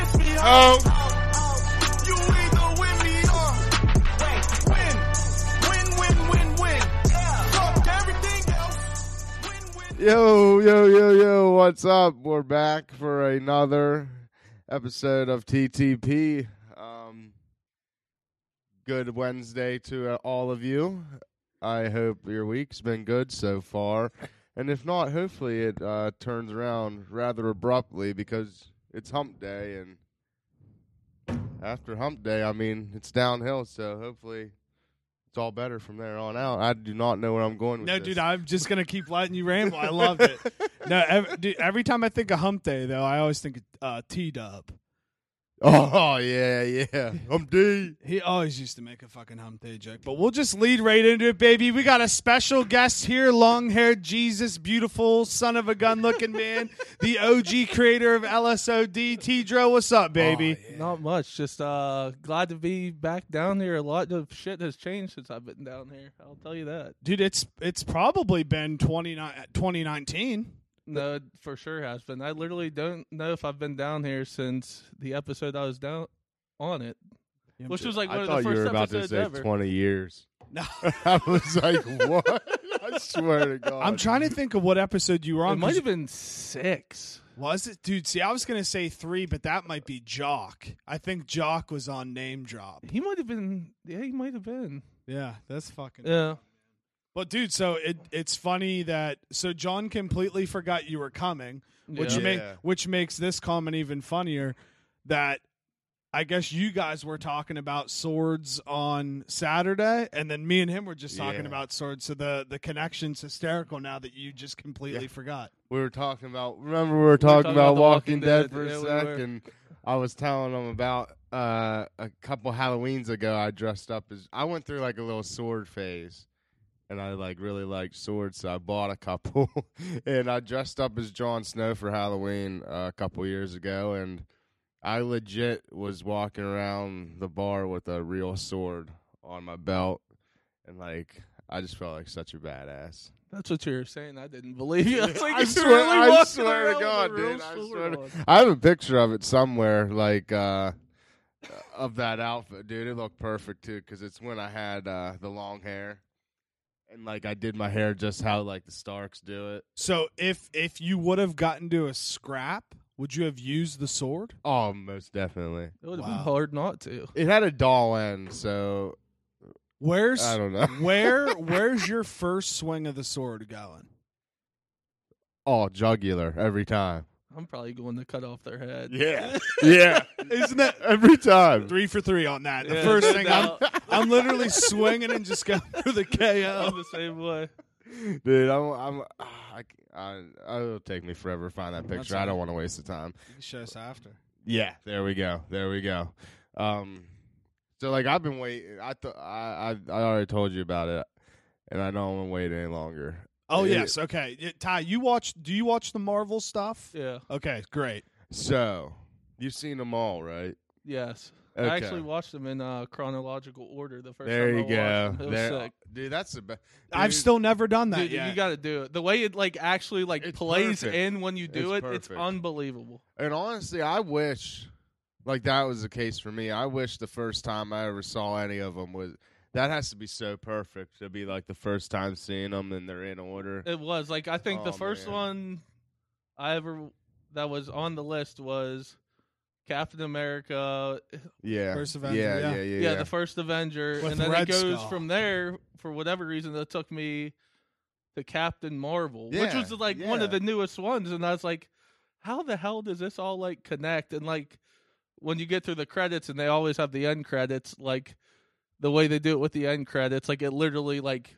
Oh. You either win me or win. Win, win, win, win. Fuck everything else. Win, win. Yo, yo, yo, yo, what's up? We're back for another episode of TTP. Um, good Wednesday to uh, all of you. I hope your week's been good so far. And if not, hopefully it uh, turns around rather abruptly because it's hump day. And after hump day, I mean, it's downhill. So hopefully it's all better from there on out. I do not know where I'm going with No, this. dude, I'm just gonna keep letting you ramble. I loved it. No, every, dude, every time I think of Hump Day, though, I always think of uh, T Dub. Oh yeah, yeah. I'm D. He always used to make a fucking Hump Day joke. But we'll just lead right into it, baby. We got a special guest here, long-haired Jesus, beautiful son of a gun-looking man, the OG creator of LSOD. T-Dro, what's up, baby? Not much. Just uh, glad to be back down here. A lot of shit has changed since I've been down here. I'll tell you that. Dude, it's it's probably been 29 2019. No, it for sure has been. I literally don't know if I've been down here since the episode I was down on it, which was like I one of the thought you first were about to episodes say ever. twenty years. No. I was like, what? I swear to God. I'm trying to think of what episode you were It on. 'cause might have been six. Was it, dude? See, I was gonna say three, but that might be Jock. I think Jock was on name drop. He might have been. Yeah, he might have been. Yeah, that's fucking. Yeah. But dude, so it it's funny that so John completely forgot you were coming, which Yeah. make Yeah. which makes this comment even funnier. That I guess you guys were talking about swords on Saturday, and then me and him were just talking Yeah. about swords. So the the connection's hysterical now that you just completely forgot. We were talking about. Remember, we were talking, about, The Walking Walking Dead, Dead. for Yeah, a we sec, were. and I was telling them about uh, a couple Halloweens ago. I dressed up as. I went through like a little sword phase, and I like really liked swords, so I bought a couple, and I dressed up as Jon Snow for Halloween uh, a couple years ago, and I legit was walking around the bar with a real sword on my belt, and like I just felt like such a badass. That's what you were saying. I didn't believe you. I was like, I "You're swear- really I walking swear to around with a God, real dude, I sword swear to- on." I have a picture of it somewhere, like uh, of that outfit, dude. It looked perfect too, because it's when I had uh, the long hair, and like I did my hair just how like the Starks do it. So if if you would have gotten to a scrap, would you have used the sword? Oh, most definitely. It would have Wow. been hard not to. It had a doll end, so Where's I don't know. where where's your first swing of the sword going? Oh, jugular every time. I'm probably going to cut off their head. Yeah, yeah. Isn't that Every time. three for three on that? The Yeah, first no thing I'm, doubt. I'm literally swinging and just going for the I'm KO. the same way. dude. I'm, I'm, I, I, it'll take me forever to find that picture. I all don't right. want to waste the time. Show us after. Yeah, there we go, there we go. Um, so like I've been waiting. I, th- I, I, I already told you about it, and I don't want to wait any longer. Oh Yeah. yes, okay. Yeah, Ty, you watch? Do you watch the Marvel stuff? Yeah. Okay, great. So you've seen them all, right? Yes. Okay. I actually watched them in uh, chronological order. The first there time you I go, watched them. It was there, sick. dude. That's the best. I've still never done that Dude, yet. you got to do it. The way it like actually like It's plays perfect. in when you do It's it, it's perfect. unbelievable. And honestly, I wish like that was the case for me. I wish the first time I ever saw any of them was that has to be so perfect to be like the first time seeing them and they're in order. It was like I think the Oh, first man. one I ever that was on the list was Captain America. Yeah. First Avenger, yeah, yeah. yeah, yeah, Yeah, yeah. the first Avenger, With and then Red it goes Skull. from there. For whatever reason, that took me to Captain Marvel, which Yeah, was like one of yeah. the newest ones, and I was like, how the hell does this all like connect? And like when you get through the credits, and they always have the end credits, like the way they do it with the end credits, like it literally like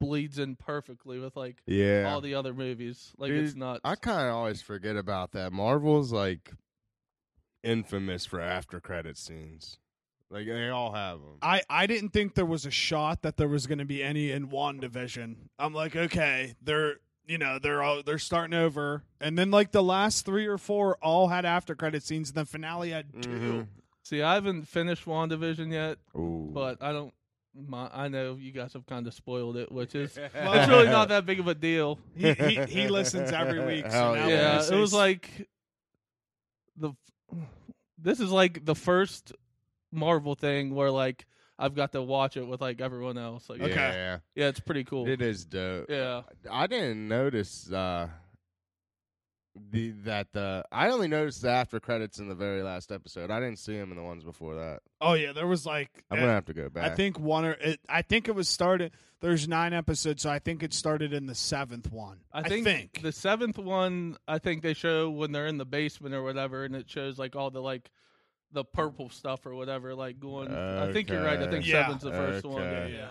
bleeds in perfectly with like yeah. all the other movies. Like it's Dude, nuts. I kind of always forget about that. Marvel's like infamous for after credit scenes. Like they all have them. I, I didn't think there was a shot that there was going to be any in WandaVision. I'm like, okay, they're you know they're all they're starting over, and then like the last three or four all had after credit scenes, and the finale had 2 Mm-hmm. See, I haven't finished WandaVision yet, Ooh. but I don't. My, I know you guys have kind of spoiled it, which is it's really not that big of a deal. He, he he listens every week. So Hell Yeah, now when I Yeah, say it was s- like the this is like the first Marvel thing where like I've got to watch it with like everyone else. Like, Yeah. Okay. yeah, it's pretty cool. It is dope. yeah, I didn't notice uh the that the I only noticed the after credits in the very last episode. I didn't see them in the ones before that. Oh yeah, there was like eh, I'm gonna have to go back. I think one or it, I think it was started. There's nine episodes, so I think it started in the seventh one. I think, the seventh one. I think they show when they're in the basement or whatever, and it shows like all the like the purple stuff or whatever. Like going, I think you're right. I think Okay. Yeah. seven's the first one. Yeah, Okay. yeah.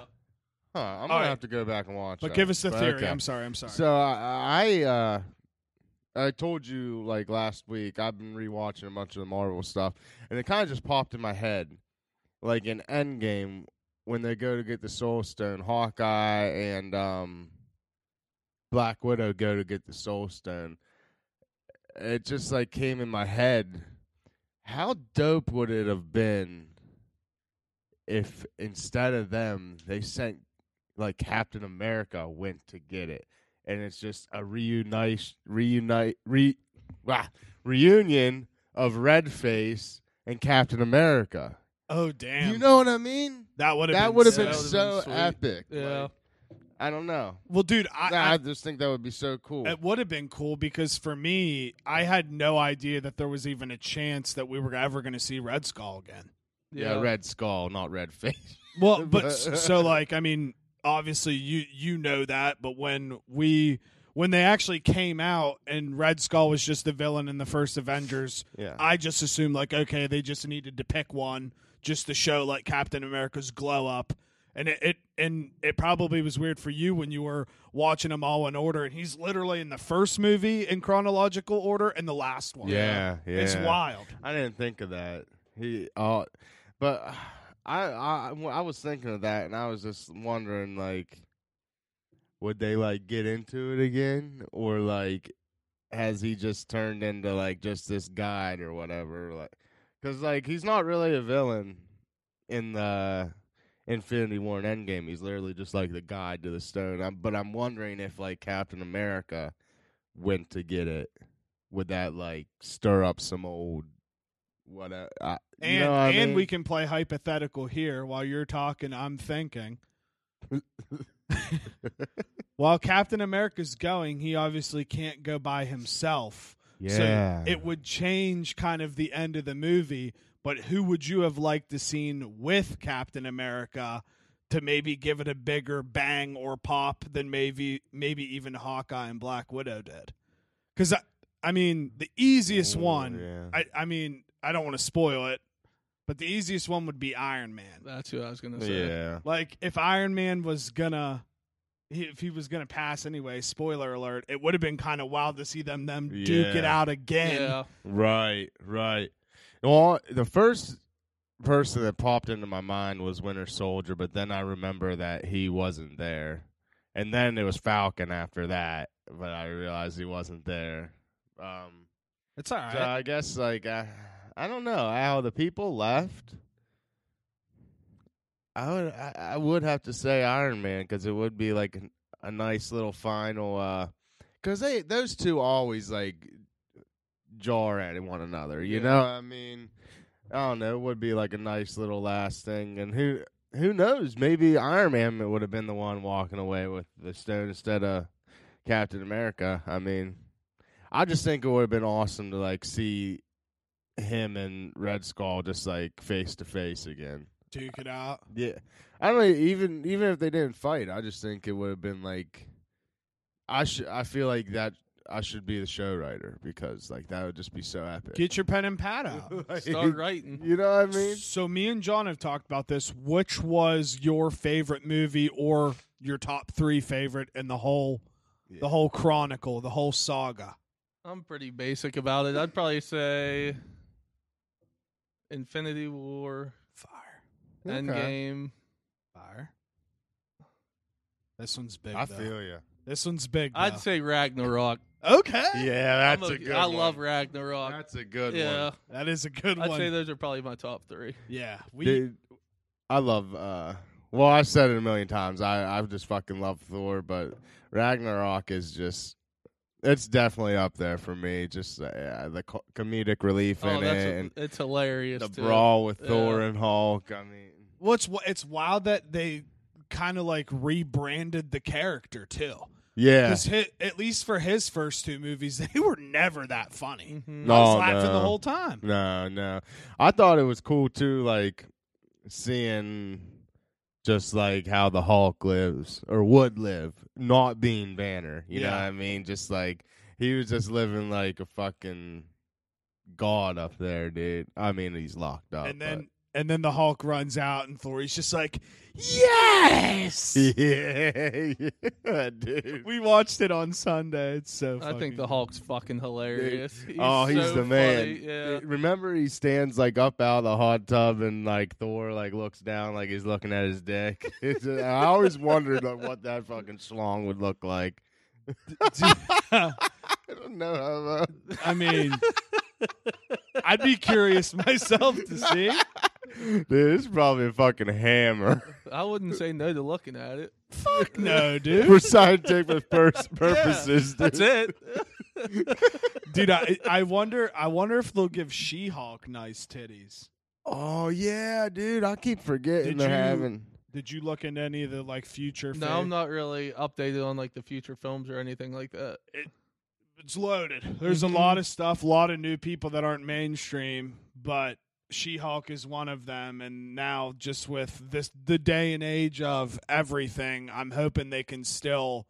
Huh, I'm All gonna right. have to go back and watch. but that. give us the theory. okay. I'm sorry. I'm sorry. So I I uh I told you like last week I've been rewatching a bunch of the Marvel stuff and it kind of just popped in my head like in Endgame when they go to get the Soul Stone, Hawkeye and um Black Widow go to get the Soul Stone. It just like came in my head. How dope would it have been if instead of them they sent like Captain America went to get it, and it's just a reunite, reunite, re, wah, reunion of Red Face and Captain America. oh damn! You know what I mean? that would have That would have sick. been That would've so been sweet. epic. Yeah. Like, I don't know. well, dude. I, I, I- just think that would be so cool. it would have been cool because for me, I had no idea that there was even a chance that we were ever going to see Red Skull again. yeah, Red Skull, not Red Face. Well, but s- so like I mean, obviously you you know that, but when we when they actually came out and Red Skull was just the villain in the first Avengers, Yeah. I just assumed like okay, they just needed to pick one just to show like Captain America's glow up. And it, it and it probably was weird for you when you were watching them all in order, and he's literally in the first movie in chronological order and the last one. yeah, yeah. it's wild. I didn't think of that. He, uh, but I, I, I was thinking of that, and I was just wondering, like, would they like get into it again, or like, has he just turned into like just this guide or whatever? Like, because like he's not really a villain in the Infinity War and Endgame. He's literally just like the guide to the stone. I'm, but I'm wondering if like Captain America went to get it. Would that like stir up some old what? uh, I, And you know what I and mean? we can play hypothetical here while you're talking. I'm thinking. While Captain America's going, he obviously can't go by himself. yeah, So it would change kind of the end of the movie. But who would you have liked to seen with Captain America to maybe give it a bigger bang or pop than maybe maybe even Hawkeye and Black Widow did? Because I, I mean, the easiest Ooh, one. yeah. I, I mean, I don't want to spoil it, but the easiest one would be Iron Man. That's who I was gonna say. yeah. Like if Iron Man was gonna he- if he was gonna pass anyway, spoiler alert, it would have been kind of wild to see them them duke it Yeah. out again. yeah. Right, right. Well, the first person that popped into my mind was Winter Soldier, but then I remember that he wasn't there. And then it was Falcon after that, but I realized he wasn't there. Um, It's all right. so I guess, like, I, I don't know how the people left. I would, I, I would have to say Iron Man because it would be like an, a nice little final. uh 'cause they those two always like jar at one another. You Yeah. know, what I mean, I don't know. It would be like a nice little last thing, and who who knows? Maybe Iron Man would have been the one walking away with the stone instead of Captain America. I mean, I just think it would have been awesome to like see him and Red Skull just like face to face again. duke it out. Yeah, I don't know, even even if they didn't fight, I just think it would have been like, I should. I feel like that I should be the show writer because like that would just be so epic. Get your pen and pad out. Like, Start writing. You know what I mean? So me and John have talked about this. Which was your favorite movie or your top three favorite in the whole the whole chronicle, the whole saga? I'm pretty basic about it. I'd probably say Infinity War, Fire. Okay. Endgame. Fire. This one's big. I though. feel you. this one's big. I'd though. say Ragnarok. okay. Yeah, I'm that's a good. I one. love Ragnarok. That's a good yeah, one. That is a good I'd one. say those are probably my top three. yeah, we Dude, I love. uh Well, I've said it a million times. I I just fucking love Thor, but Ragnarok is just It's definitely up there for me. Just uh, yeah, the co- comedic relief Oh, in that's it, a, and it's hilarious. the too. brawl with Thor Yeah. and Hulk. I mean, Well, it's wi- it's wild that they kind of like rebranded the character too. yeah, Because at least for his first two movies, they were never that funny. Mhm. No, I was laughing the no. whole time. No, no. I thought it was cool too, like seeing just like how the Hulk lives or would live, not being Banner. You know Yeah. what I mean? Just like he was just living like a fucking god up there, dude. I mean, he's locked up. and then and then the Hulk runs out, and Thor he's just like, "Yes!" but- yeah, yeah, dude. We watched it on Sunday. It's so. I think fucking- the Hulk's fucking hilarious. He's oh, he's so the man. funny, Yeah. Remember, he stands like up out of the hot tub, and like Thor like looks down, like he's looking at his dick. It's just- I always wondered like, what that fucking schlong would look like. I don't know. How uh, I mean, I'd be curious myself to see. Dude, this is probably a fucking hammer I wouldn't say no to looking at it. Fuck no, dude. for scientific pur- purposes. That's dude. it. Dude, I, I wonder. I wonder if they'll give She-Hulk nice titties. Oh yeah, dude. I keep forgetting Did they're you- having. Did you look into any of the like future? no, I'm not really updated on like the future films or anything like that. It's loaded. There's Mm-hmm. a lot of stuff, a lot of new people that aren't mainstream, but She-Hulk is one of them. And now, just with this, the day and age of everything, I'm hoping they can still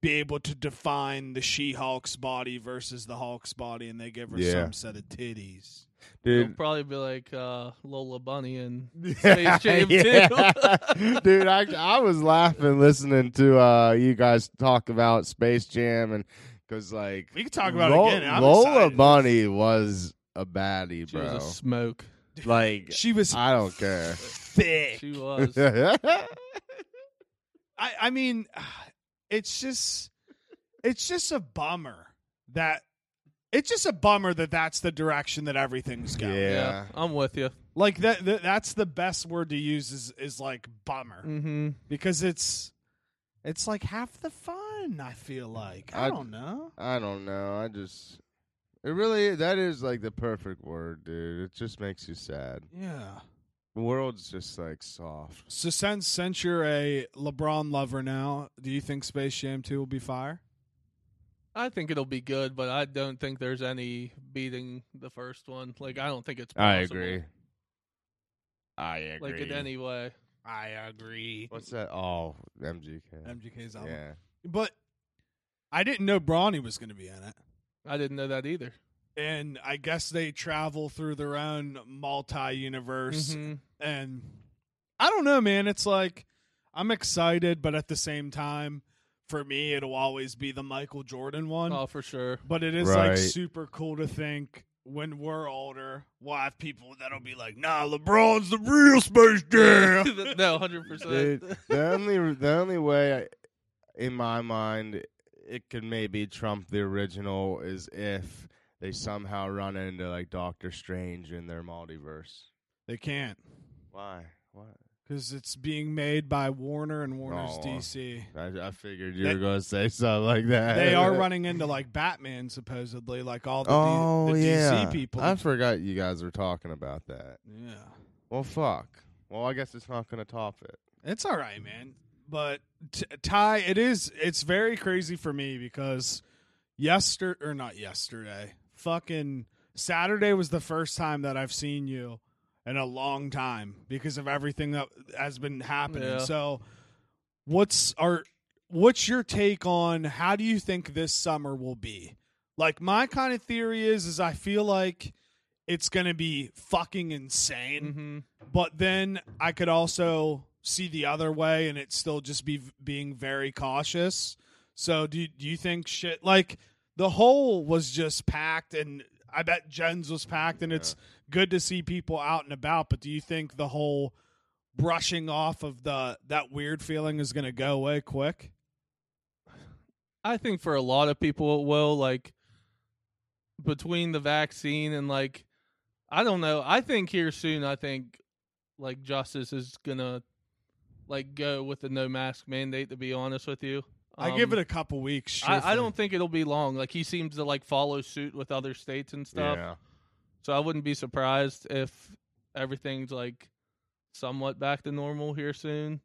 be able to define the She-Hulk's body versus the Hulk's body, and they give her Yeah. some set of titties. It'll Dude, probably be like uh, Lola Bunny and Yeah, Space Jam yeah. Dude, I, I was laughing listening to uh, you guys talk about Space Jam and because like We can talk about Lo- it again. I'm Lola excited. Bunny was a baddie, she bro. was a smoke. like She was I don't care. thick. She was. I, I mean, it's just, it's just a bummer that, it's just a bummer that that's the direction that everything's going. Yeah. I'm with you. Like that, that, that's the best word to use is is like bummer Mm. Mm-hmm. because it's, it's like half the fun. I feel like I, I- don't know. I don't know. I just it really that is like the perfect word, dude. It just makes you sad. Yeah. The world's just like soft. So since since you're a LeBron lover now, do you think Space Jam Two will be fire? I think it'll be good, but I don't think there's any beating the first one. Like I don't think it's. Possible. I agree. I agree. Like in any way. I agree. What's that? Oh, MGK. MGK's album, Yeah. but I didn't know Bronny was going to be in it. I didn't know that either. and I guess they travel through their own multi universe. Mhm. And I don't know, man. It's like I'm excited, but at the same time, for me, it'll always be the Michael Jordan one. Oh, for sure. But it is Right. like super cool to think when we're older, we'll have people that'll be like, "Nah, LeBron's the real Space Jam." no, hundred percent. Dude, the only the only way I, in my mind it could maybe trump the original is if they somehow run into like Doctor Strange in their multiverse. They can't Why? What? because it's being made by Warner and Warner's Oh. DC. I, I figured you They- were gonna say something like that. They are running into like Batman, supposedly, like all the, D- Oh the yeah, DC people. I forgot you guys were talking about that. yeah. Well, fuck. Well, I guess it's not gonna top it. It's all right, man. But t- Ty, it is. It's very crazy for me because yesterday or not yesterday, fucking Saturday was the first time that I've seen you in a long time because of everything that has been happening. Yeah. So, what's our what's your take on how do you think this summer will be? Like my kind of theory is is I feel like it's going to be fucking insane hmm but then I could also see the other way and it still just be being very cautious. So do you, do you think shit like the hole was just packed and I bet Jen's was packed and it's good to see people out and about, but do you think the whole brushing off of the that weird feeling is going to go away quick? I think for a lot of people it will like between the vaccine and like I don't know. I think here soon I think like justice is gonna like go with the no mask mandate to be honest with you. I give Um, it a couple weeks. I, I truthfully. don't think it'll be long. Like he seems to like follow suit with other states and stuff. Yeah. So I wouldn't be surprised if everything's like somewhat back to normal here soon.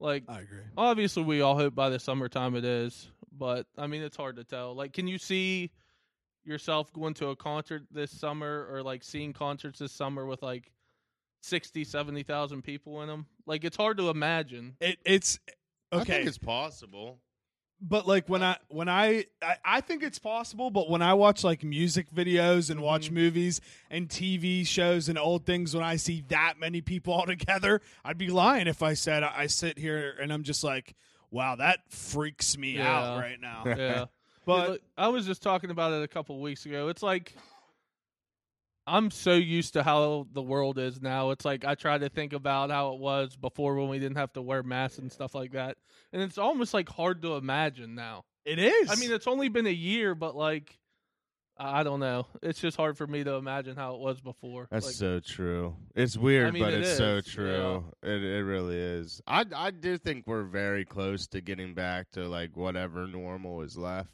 Like I agree. obviously we all hope by the summertime it is, but I mean it's hard to tell. Like can you see yourself going to a concert this summer or like seeing concerts this summer with like 60 70,000 people in them? Like it's hard to imagine. It it's okay. I think it's possible. but like when I when I, I I think it's possible, but when I watch like music videos and Mm-hmm. watch movies and TV shows and old things, when I see that many people all together, I'd be lying if I said I, I sit here and I'm just like, wow, that freaks me out Yeah. right now. Yeah. Dude, But look, I was just talking about it a couple weeks ago. It's like I'm so used to how the world is now. It's like I try to think about how it was before when we didn't have to wear masks and stuff like that. And it's almost like hard to imagine now. it is. I mean, it's only been a year, but like I I don't know. It's just hard for me to imagine how it was before. That's like, so true. It's weird, I mean, but it it's so is, yeah. true. It it really is. I I do think we're very close to getting back to like whatever normal is left.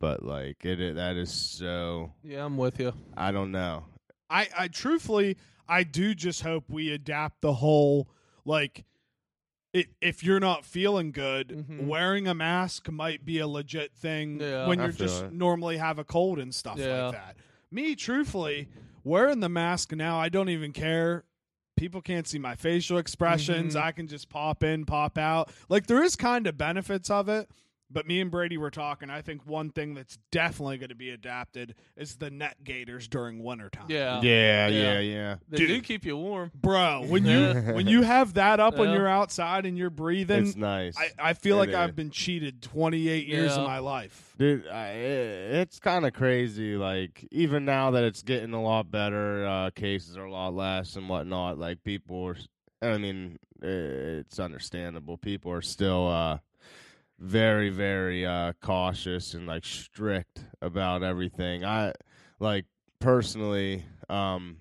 But like it, it that is so yeah, I'm with you. I don't know. I, I truthfully, I do just hope we adapt the whole like, it, if you're not feeling good, Mhm. wearing a mask might be a legit thing Yeah. when I you feel just it. normally have a cold and stuff Yeah. like that. Me, truthfully, wearing the mask now, I don't even care. People can't see my facial expressions. Mhm. I can just pop in, pop out. Like there is kind of benefits of it. But me and Brady were talking. I think one thing that's definitely going to be adapted is the net gators during wintertime Yeah. yeah, Yeah. yeah, yeah. They do Dude. keep you warm. bro when you Yeah. when you have that up when Yeah. you're outside and you're breathing it's nice. I, I feel It like is. i've been cheated 28 years Yeah. of my life Dude, I, it, it's kind of crazy. Like even now that it's getting a lot better, uh, cases are a lot less and whatnot. Like people are, s- I mean, i- it's understandable. People are still uh, very, very uh, cautious and like strict about everything. I like personally, um,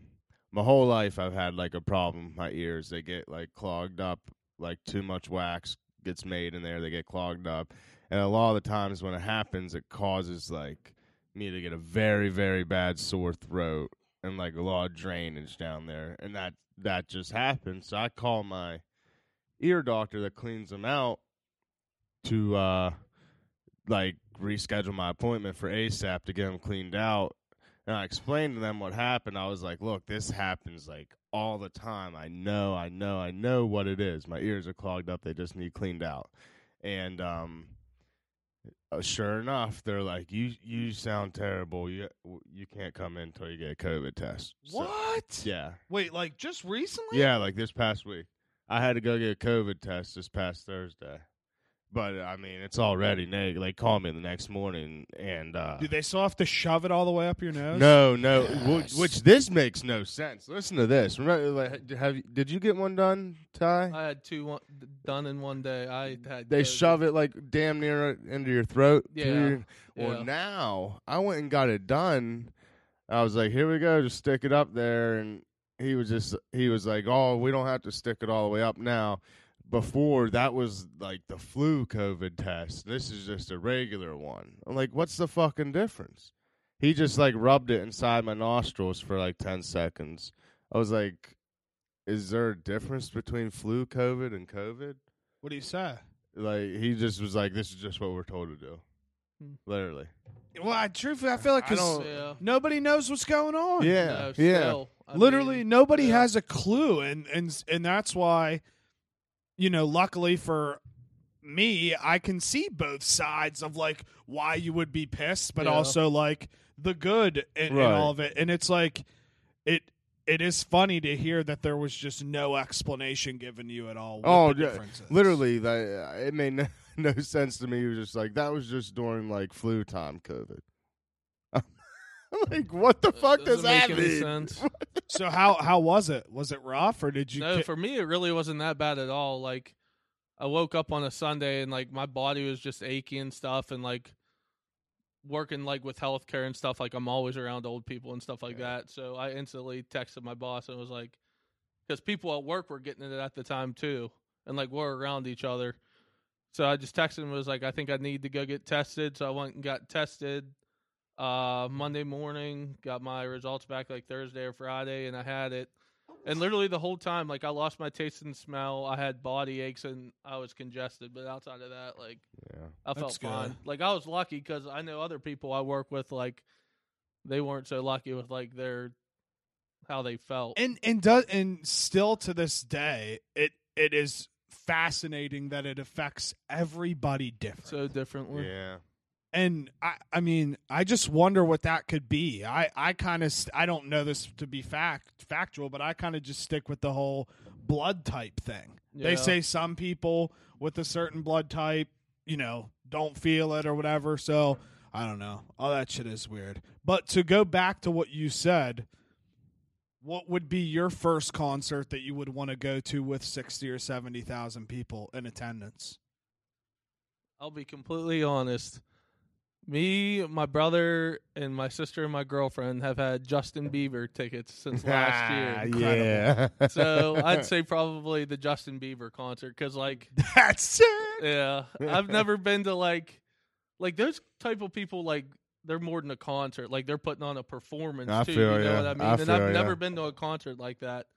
my whole life I've had like a problem with my ears. They get like clogged up. Like too much wax gets made in there. They get clogged up. And a lot of the times when it happens, it causes like me to get a very, very bad sore throat and like a lot of drainage down there. And that that just happened. So I call my ear doctor that cleans them out to uh like reschedule my appointment for ASAP to get them cleaned out. And I explained to them what happened. I was like, look, this happens like all the time. I know, I know, I know what it is. My ears are clogged up. They just need cleaned out. And um uh, sure enough, they're like, "You you sound terrible. You you can't come in until you get a COVID test." So- what yeah, wait like just recently yeah. Like this past week, I had to go get a COVID test this past Thursday, but I mean, it's already negative. They called me the next morning, and uh, do they still have to shove it all the way up your nose no, no, which, which this makes no sense. Listen to this. Remember, like, have you- did you get one done, Ty? I had two one, done in one day. I had They COVID. shove it like damn near into your throat. Yeah, through your- yeah. Well, now I went and got it done. I was like, here we go, just stick it up there. And he was just, he was like, oh, we don't have to stick it all the way up now. Before that was like the flu COVID test. This is just a regular one. I'm like, what's the fucking difference? He just like rubbed it inside my nostrils for like 10 seconds. I was like, is there a difference between flu COVID and COVID? what do you say Like he just was like, "This is just what we're told to do." Hmm. Literally. well i truthfully i feel like I 'cause don't- Yeah. nobody knows what's going on Yeah. No, yeah. still, I literally mean, nobody yeah. has a clue and and and that's why you know luckily for me i can see both sides of like why you would be pissed but Yeah. also like the good in, in Right. all of it and it's like it it is funny to hear that there was just no explanation given you at all what Oh, the yeah. difference is. Literally, like, uh, it made no, no sense to me. He was just like, "That was just during like flu time, COVID." I'm like, what the fuck does doesn't make that any mean? sense. so how how was it was it rough or did you no, ki- for me it really wasn't that bad at all. Like I woke up on a Sunday and like my body was just achy and stuff and like working like with healthcare and stuff like I'm always around old people and stuff like that. So I instantly texted my boss and was like cuz people at work were getting it at the time too and like we're around each other So I just texted him and was like, I think I need to go get tested. So I went and got tested uh, Monday morning, got my results back like Thursday or Friday, and I had it. And literally the whole time, like I lost my taste and smell. I had body aches and I was congested. But outside of that, like Yeah. I That's felt fine. good. Like I was lucky because I know other people I work with, like they weren't so lucky with like their how they felt. and and does and still to this day it it is fascinating that it affects everybody different so differently. Yeah. and i i mean i just wonder what that could be i i kind of st- i don't know this to be fact factual but i kind of just stick with the whole blood type thing Yeah. they say some people with a certain blood type you know don't feel it or whatever so i don't know all that shit is weird but to go back to what you said what would be your first concert that you would want to go to with 60 or 70,000 people in attendance? I'll be completely honest. Me, my brother, and my sister and my girlfriend have had Justin Bieber tickets since last Ah, year. Incredible. Yeah. So I'd say probably the Justin Bieber concert because, like, That's sick. yeah, I've never been to like, like those type of people. Like, they're more than a concert. Like, they're putting on a performance I too. feel you know ya. what I mean? I and feel I've ya. never been to a concert like that.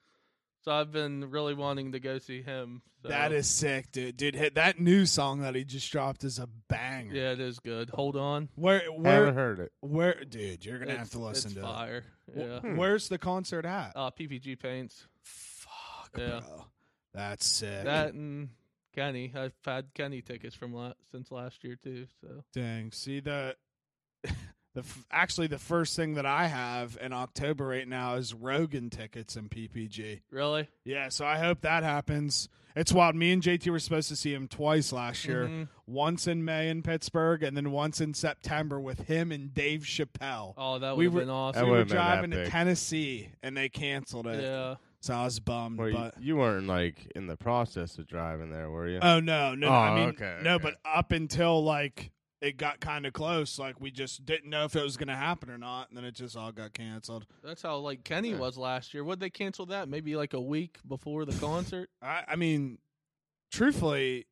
So I've been really wanting to go see him. So. That is sick, dude. Dude, hit that new song that he just dropped is a banger. yeah, it is good. Hold on, Where Haven't where heard it. where dude, you're going to It's- have to listen to it's it. hmm. fire. Yeah, Wh- Where's the concert at? uh, PPG paints. Fuck, yeah. bro. That's sick. That and Kenny. I've had Kenny tickets from la- since last year too. So Dang. See the the f- actually the first thing that I have in October right now is Rogan tickets and PPG. really, Yeah, so I hope that happens. It's wild. Me and JT were supposed to see him twice last year. Mhm. Once in May in Pittsburgh, and then once in September with him and Dave Chappelle. Oh, that would We have were- been we awesome. That were would've been driving to epic. Tennessee, and they canceled it. yeah, So I was bummed. Well, you- but you, weren't like in the process of driving there, were you? Uh, oh no, no, Oh, I mean okay, no. okay. But up until like it got kind of close, like we just didn't know if it was going to happen or not, and then it just all got canceled. that's how like Kenny Yeah. was last year. Would they cancel that? Maybe like a week before the concert. I, I mean, truthfully,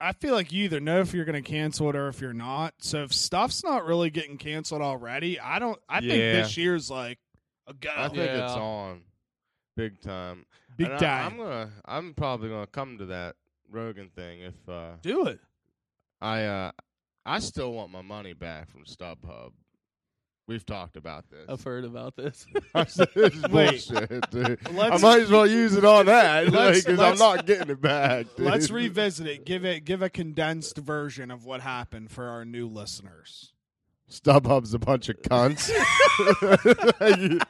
I feel like you either know if you're going to cancel it or if you're not. So if stuff's not really getting canceled already, I don't. I think Yeah. this year's like a go. I think it's Yeah. on big time. Big And I- I'm time. gonna. I'm probably gonna come to that Rogan thing if uh, Do it. I. Uh, I still want my money back from StubHub. We've talked about this. I've heard about this. this is Wait. bullshit, dude. I Let's- might as well use it on that Let's- because I'm let's- not getting it back. Dude. Let's revisit it. Give it. Give a condensed version of what happened for our new listeners. StubHub's a bunch of cunts.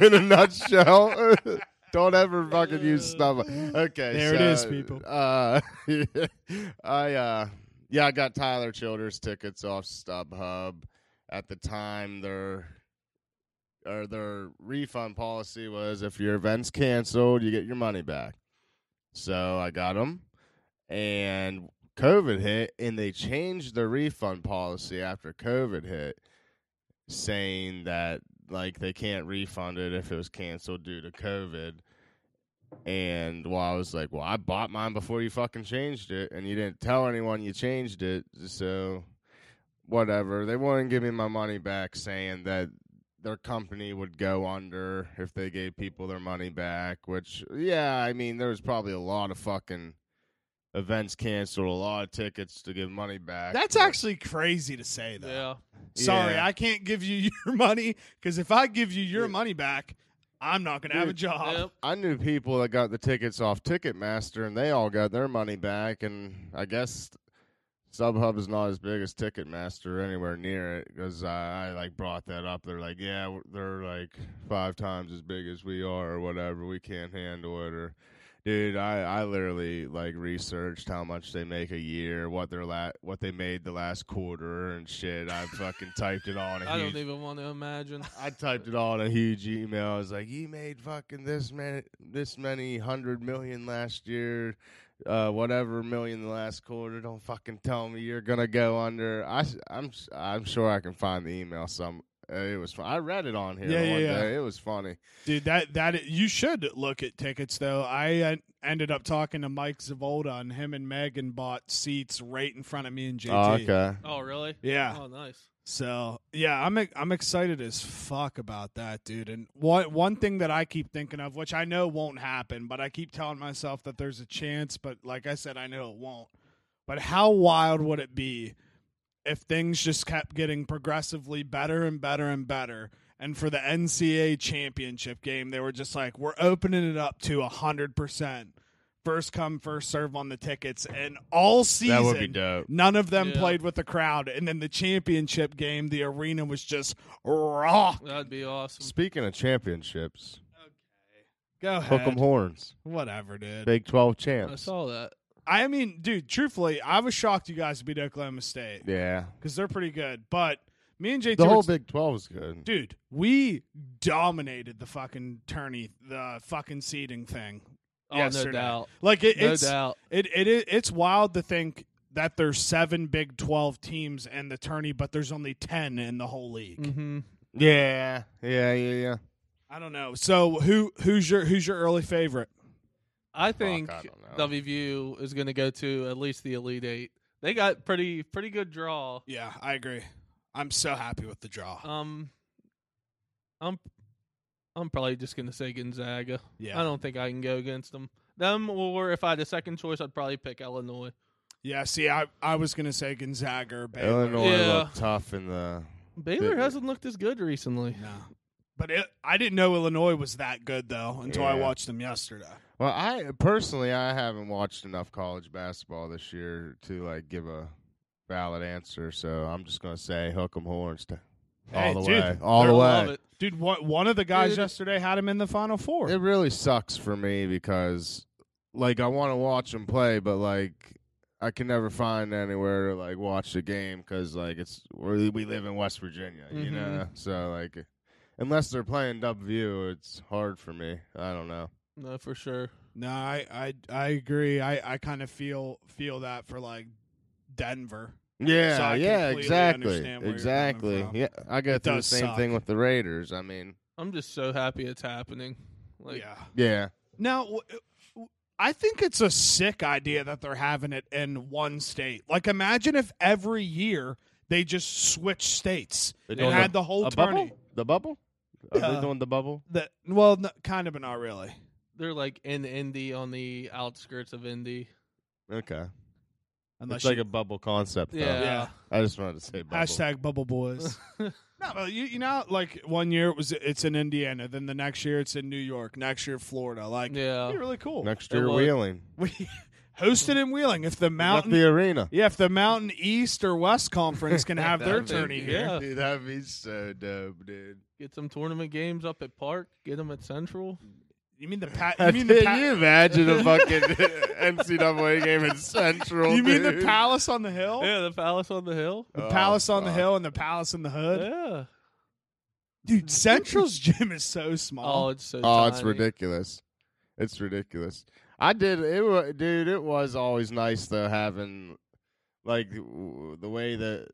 In a nutshell, don't ever fucking use StubHub. Okay, There it is, so, people. Uh, I uh, yeah, I got Tyler Childers tickets off StubHub. At the time, their or their refund policy was if your event's canceled, you get your money back. So I got them, and COVID hit and they changed the refund policy after COVID hit, saying that like they can't refund it if it was canceled due to COVID. And well, I was like, well, I bought mine before you fucking changed it, and you didn't tell anyone you changed it, so whatever. They wouldn't give me my money back, saying that their company would go under if they gave people their money back. Which, yeah, I mean, there was probably a lot of fucking events canceled, a lot of tickets to give money back. That's but- actually crazy to say, though. yeah, Sorry, Yeah. I can't give you your money because if I give you your Yeah. money back, I'm not going to have a Dude, job. yep. I knew people that got the tickets off Ticketmaster and they all got their money back. And I guess StubHub is not as big as Ticketmaster anywhere near it because I, I like brought that up. They're like, yeah, w- they're like five times as big as we are or whatever. We can't handle it or. Dude, I, I literally like researched how much they make a year, what their la- what they made the last quarter and shit. I fucking typed it all. in a I don't huge even want to imagine. I typed it all in a huge email. I was like, "You made fucking this many, this many hundred million last year, uh, whatever million the last quarter. Don't fucking tell me you're gonna go under." I, am I'm sure I can find the email some Uh, It was. Fun. I read it on here Yeah, yeah, one yeah. day. It was funny. Dude, that that you should look at tickets though. I uh, ended up talking to Mike Zavolta, and him and Megan bought seats right in front of me and JT. Oh, okay. Oh, really? Yeah. Oh, nice. So yeah, I'm ex- I'm excited as fuck about that, dude. And one one thing that I keep thinking of, which I know won't happen, but I keep telling myself that there's a chance. But like I said, I know it won't. But how wild would it be if things just kept getting progressively better and better and better? And for the NCAA championship game, they were just like, we're opening it up to hundred percent, first come, first serve on the tickets, and all season. That would be dope. None of them Yeah. played with the crowd. And then the championship game, the arena was just raw. That'd be awesome. Speaking of championships, Go hook 'em ahead. horns, Whatever, dude. Big Twelve I champs. saw that. I mean, dude, truthfully, I was shocked you guys beat Oklahoma State Yeah, because they're pretty good. But me and JT, the were- whole Big Twelve is good. dude, we dominated the fucking tourney, the fucking seeding thing. Oh, yesterday. no doubt. Like it, No it's doubt. It, it it it's wild to think that there's seven Big Twelve teams in the tourney, but there's only ten in the whole league. Mm-hmm. Yeah, yeah, yeah, yeah. I don't know. So who who's your who's your early favorite? I I think don't know. WVU is going to go to at least the Elite Eight. They got pretty pretty good draw. Yeah, I agree. I'm so happy with the draw. Um, I'm I'm probably just going to say Gonzaga. yeah, I don't think I can go against them. Them or if I had a second choice, I'd probably pick Illinois. yeah. See, I I was gonna say Gonzaga or Baylor. Illinois Yeah. looked tough in the. Baylor Yeah. hasn't looked as good recently. No, but it, I didn't know Illinois was that good though until I Yeah. watched them yesterday. Well, I personally I haven't watched enough college basketball this year to like give a valid answer, so I'm just gonna say hook 'em horns to all Hey, the dude, way, all They're- the way. love it. Dude, one one of the guys Dude. yesterday had him in the Final Four. It really sucks for me because, like, I want to watch them play, but like, I can never find anywhere to like watch the game because like it's we we live in West Virginia, you Mhm. know. So like, unless they're playing W, it's hard for me. I don't know. No, for sure. No, I I I agree. I I kind of feel feel that for like Denver. Yeah, I yeah, completely exactly, understand where you're coming exactly. from. Yeah, I go It through the does same suck. thing with the Raiders. I mean, I'm just so happy it's happening. Like, yeah. yeah, Now, w- w- I think it's a sick idea that they're having it in one state. Like, imagine if every year they just switch states they doing and had the whole a tourney. bubble. The bubble? Are Uh, they doing the bubble? That well, no, kind of, but not really. they're like in Indy on the outskirts of Indy. Okay, Unless it's like you, a bubble concept. Though. Yeah. yeah. I just wanted to say bubble. Hashtag Bubble Boys. no, but you, you know, like one year it was it's in Indiana, then the next year it's in New York, next year Florida. Like, Yeah. it'd be really cool. Next It year, would. Wheeling. we hosted in Wheeling. If the Mountain. mountain, the uh, arena. yeah, if the Mountain East or West Conference can have their That'd be- tourney here. yeah. Dude, that'd be so dope, dude. Get some tournament games up at Park. Get them at Central. You mean the Pat? You Can mean you, the pa- imagine a fucking NCAA game in Central? You mean the dude? Palace on the Hill? Yeah, the Palace on the Hill. The Oh, Palace on the fuck. Hill and the Palace in the Hood. Yeah. Dude, Central's gym is so small. Oh, it's so. Oh, it's tiny. ridiculous. It's ridiculous. I did it, wa- dude. It was always nice though having like w- the way the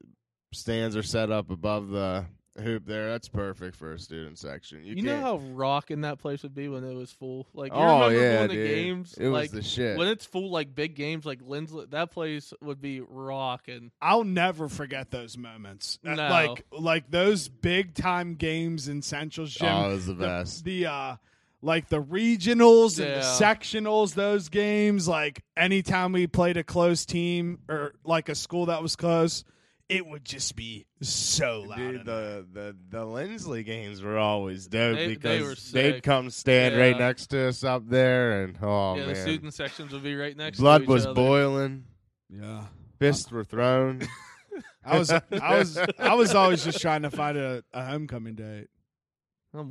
stands are set up above the hoop there. That's perfect for a student section. You, You, know can't- how rocking that place would be when it was full. Like, you oh remember yeah, going to dude. games? it like, was the shit. when it's full, like big games, like Lindsley, that place would be rocking. I'll never forget those moments. Uh, No. Like like those big time games in Central's gym. oh, it was the The- best. The, uh like the regionals and Yeah. the sectionals, those games, like anytime we played a close team or like a school that was close, it would just be so loud. Dude, in there. the, the the Lindsley games were always dope They- they because were would sick. come stand Yeah. right next to us up there, and oh yeah, the man, student sections would be right next. to blood each was other. boiling, yeah. fists were thrown. Um, I was I was I was always just trying to find a, a homecoming date. I'm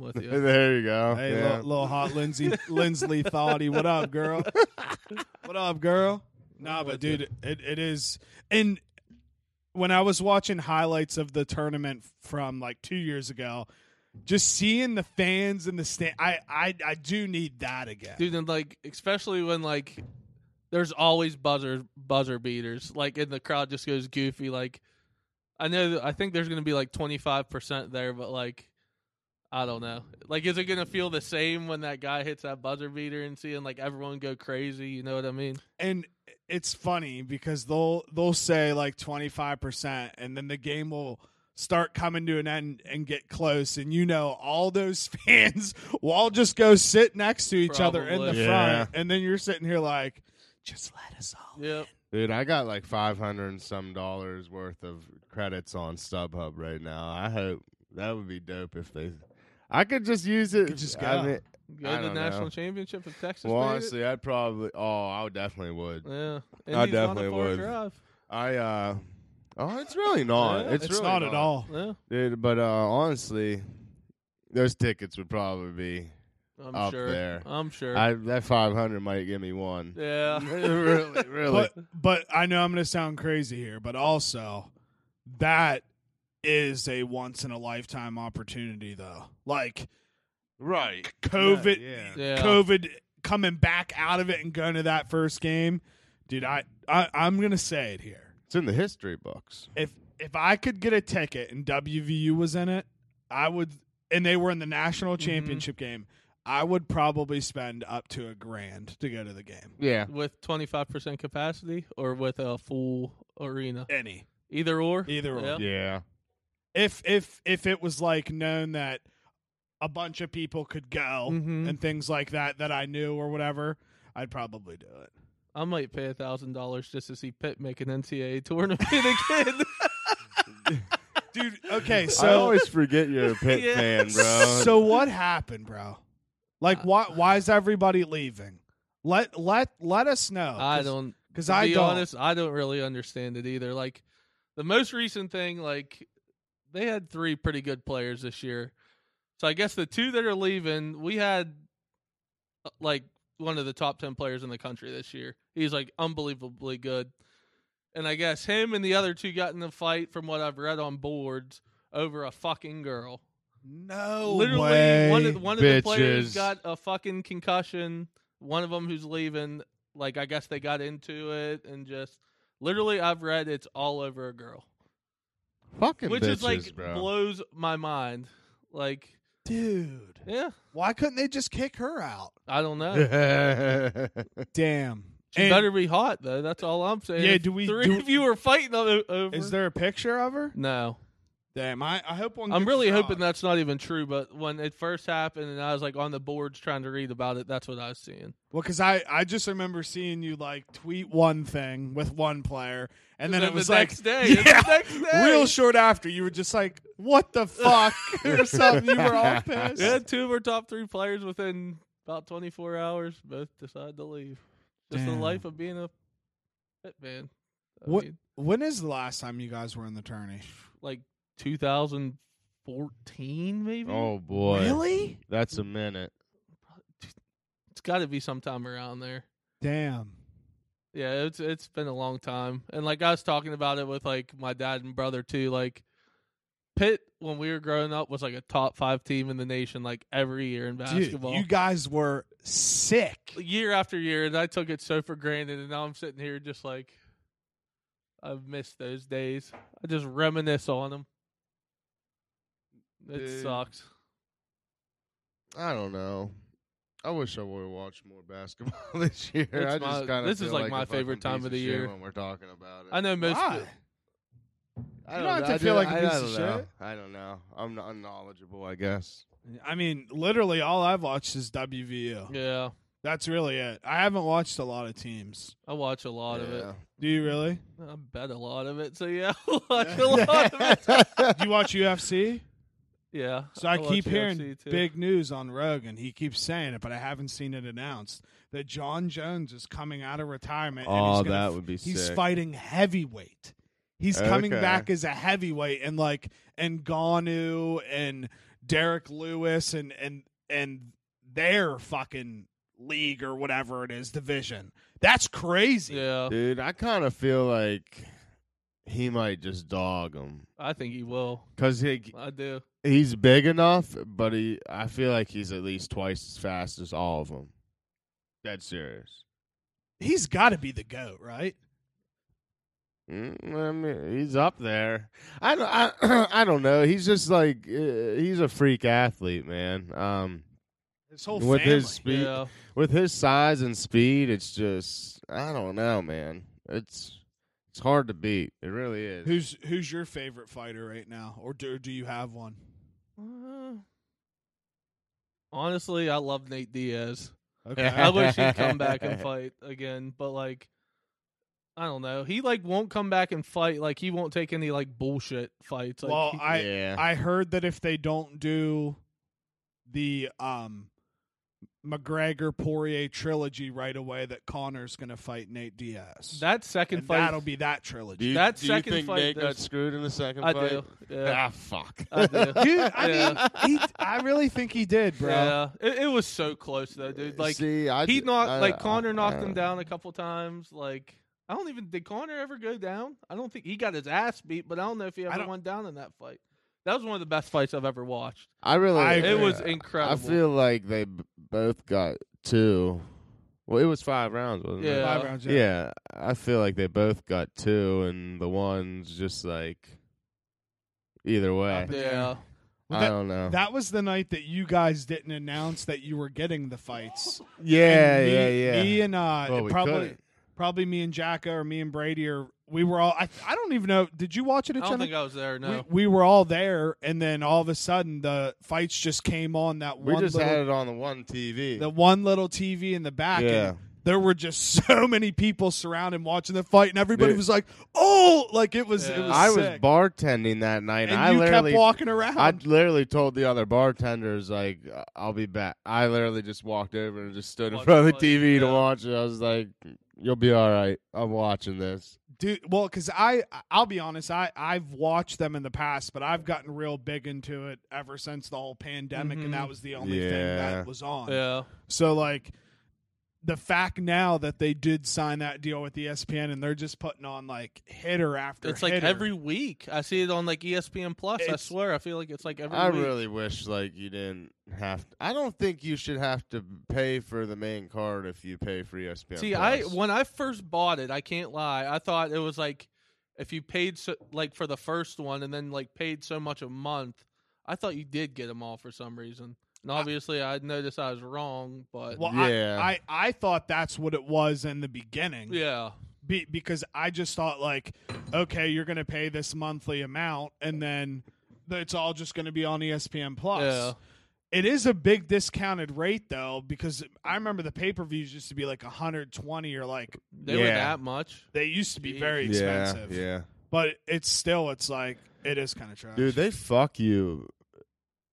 with you. there you go. Hey, Oh, yeah. little, little hot Lindsay Lindsley Thoughty, what up, girl? What up, girl? Nah, but dude, it, it is. And when I was watching highlights of the tournament from like two years ago, just seeing the fans in the stand, I I, I do need that again. Dude, and like especially when like there's always buzzer buzzer beaters. Like and the crowd just goes goofy. Like I know. that- I think there's gonna be like 25 percent there, but like, I don't know. Like, is it gonna feel the same when that guy hits that buzzer beater and seeing like everyone go crazy? You know what I mean? and it's funny because they'll they'll say like 25% and then the game will start coming to an end and get close and you know all those fans will all just go sit next to each other in the Probably. front and then you're sitting here like just let us all in." Yep. Dude, I got like five hundred and some dollars worth of credits on StubHub right now. I hope that would be dope if they. I could just use it. could just I go. mean, Go I to the don't national know. championship of Texas. well, made it? honestly, I'd probably. Oh, I would definitely Uh, would. yeah. I Indy's on a definitely four would. Drive. I. uh Oh, it's really not. Yeah, it's, it's, really not at all Yeah. dude. But uh honestly, those tickets would probably be. I'm Up sure. there. I'm sure. I that five hundred might give me one. yeah. really, really. but but I know I'm going to sound crazy here but also that is a once in a lifetime opportunity though like right. covid Yeah. Yeah. COVID coming back out of it and going to that first game, dude. I, I I'm gonna say it here. It's in the history books. If if I could get a ticket and WVU was in it, I would. And they were in the national championship game. I would probably spend up to a grand to go to the game. Yeah. with 25% capacity or with a full arena. Any Either or. either Yeah. or. Yeah. If if if it was like known that a bunch of people could go Mhm. and things like that that I knew or whatever, I'd probably do it. I might pay a thousand dollars just to see Pitt make an NCAA tournament again. Dude, okay, so I always forget you're a pit Yeah. fan, bro. So what happened, bro? Like Uh, why why is everybody leaving? Let let let us Oh, know. I don't. because To I be don't. honest, I don't really understand it either. Like the most recent thing, like they had three pretty good players this year. So I guess the two that are leaving, we had uh, like one of the top ten players in the country this year. He's like unbelievably good. And I guess him and the other two got in a fight from what I've read on boards over a fucking girl. no literally way. one of, one of the players bitches. got a fucking concussion one of them who's leaving like i guess they got into it and just literally i've read it's all over a girl Fucking which bitches, is like bro. blows my mind like Dude, yeah why couldn't they just kick her out? i don't know yeah, Damn. she And better be hot though that's all i'm saying Yeah, If do we- three do- of you are fighting o- over is there a picture of her? no Damn, I, I hope one. i'm gets really shot. hoping that's not even true but when it first happened and i was like on the boards trying to read about it that's what i was seeing Well, because I I just remember seeing you like tweet one thing with one player, and then then it was the like next day, yeah, it's the next day. real short after you were just like, what the fuck or something. You were all pissed. Yeah, two of our top three players within about 24 hours both decide to leave. Just Damn. the life of being a pit man. I What- mean, When is the last time you guys were in the tourney? like 2014, maybe? oh boy, Really? That's a minute. It's got to be sometime around there. Damn. Yeah, it's it's been a long time. And like I was talking about it with like my dad and brother too, like Pitt when we were growing up was like a top 5 team in the nation like every year in basketball. Dude, you guys were sick. year after year, and I took it so for granted. And now I'm sitting here just like, I've missed those days. I just reminisce on them. It Dude. sucks. I don't know. I wish I would have watched more basketball this year. It's I my- just kind of this is like like my a fucking favorite time piece of the shit year. when we're talking about it. I know most. Why? I You don't, don't have know. to I feel didn't- like a I, piece I of don't know. shit. I don't know. I'm not unknowledgeable, I guess. I mean, literally all I've watched is WVU. Yeah, That's really it. I haven't watched a lot of teams. I watch a lot of it. Yeah. Do you really? I bet a lot of it. So yeah, I watch a lot of it. Do you watch UFC? Yeah. So I, watch keep hearing UFC too. big news on Rogan. He keeps saying it, but I haven't seen it announced that John Jones is coming out of retirement. and he's oh, gonna that f- would be He's sick. fighting heavyweight. He's coming Okay. back as a heavyweight, and like and Ganu and Derek Lewis and and and their fucking league or whatever it is division. That's crazy. Yeah, Dude, I kind of feel like he might just dog him I think he will. because he I do. he's big enough, but he I feel like he's at least twice as fast as all of them. Dead serious. He's got to be the goat, right? Mm, I mean, he's up there. I don't. I, I don't know. He's just like uh, he's a freak athlete, man. Um, His whole with family. his speed, Yeah. with his size and speed, it's just I don't know, man. It's it's hard to beat. It really is. Who's who's your favorite fighter right now, or do do you have one? Uh, honestly, I love Nate Diaz. Okay. I wish he'd come back and fight again, but like I don't know. He like won't come back and fight. Like he won't take any like bullshit fights. Like, well, he- I yeah. I heard that if they don't do the um McGregor Poirier trilogy right away, that Connor's going to fight Nate Diaz. that second and fight that'll be that do trilogy. you, that do second you think fight Nate got does- screwed in the second I fight? do. Yeah. Ah, fuck. I do. Dude, I Yeah. mean, he, I really think he did, bro. Yeah. It, it was so close though, dude. Like Uh, See, I he d- knocked I- uh, like Connor I- knocked I- him down a couple times. Like I don't even did Connor ever go down? I don't think he got his ass beat, but I don't know if he ever don't- went down in that fight. That was one of the best fights I've ever watched. I really. I agree. It was I- incredible. I feel like they b- both got two. Well, it was five rounds, wasn't it? Yeah. Five rounds. Yeah. I feel like they both got two, and the one's just like either way. Up in the yeah. air. Well, I that- don't know. That was the night that you guys didn't announce that you were getting the fights. yeah, And me, yeah, yeah. Me and uh, Well, we probably couldn't. probably me and Jacka or me and Brady or we were all. I, I don't even know. Did you watch it? I At don't think I was there. No. we, we were all there, and then all of a sudden the fights just came on that we one just little, had it on the one TV. the one little TV in the back. Yeah. And there were just so many people surrounding watching the fight, and everybody Dude. was like, "Oh!" Like it was. It Yeah. was I was sick. bartending that night, and and, I you kept literally walking around. I literally told the other bartenders like I'll be back. I literally just walked over and just stood in Watch front the of play, the TV to yeah. watch it. I was like, "You'll be all right. I'm watching this." dude well because i i'll be honest i i've watched them in the past but i've gotten real big into it ever since the whole pandemic Mhm. and that was the only thing Mm-hmm. Yeah. that was on yeah. so like the fact now that they did sign that deal with E espn and they're just putting on like hitter after It's like hitter. every week. I see it on like E ESPN Plus. I It's- swear, I feel like it's like every I week. really wish like you didn't have. I don't think you should have to pay for the main card if you pay for E ESPN. See, I Plus. when I first bought it, I can't lie. I thought it was like if you paid so, like for the first one and then like paid so much a month, I thought you did get them all for some reason. And obviously, I, noticed I was wrong, but well Yeah. I, I i thought that's what it was in the beginning yeah, be, because I just thought like, okay, you're going to pay this monthly amount, and then it's all just going to be on E ESPN Plus. Yeah. It is a big discounted rate though, because I remember the pay per views used to be like 120 or like they were Yeah. that much. they used to be Jeez. very expensive. Yeah, yeah. But it's still it's like it is kind of trash. Dude, they fuck you,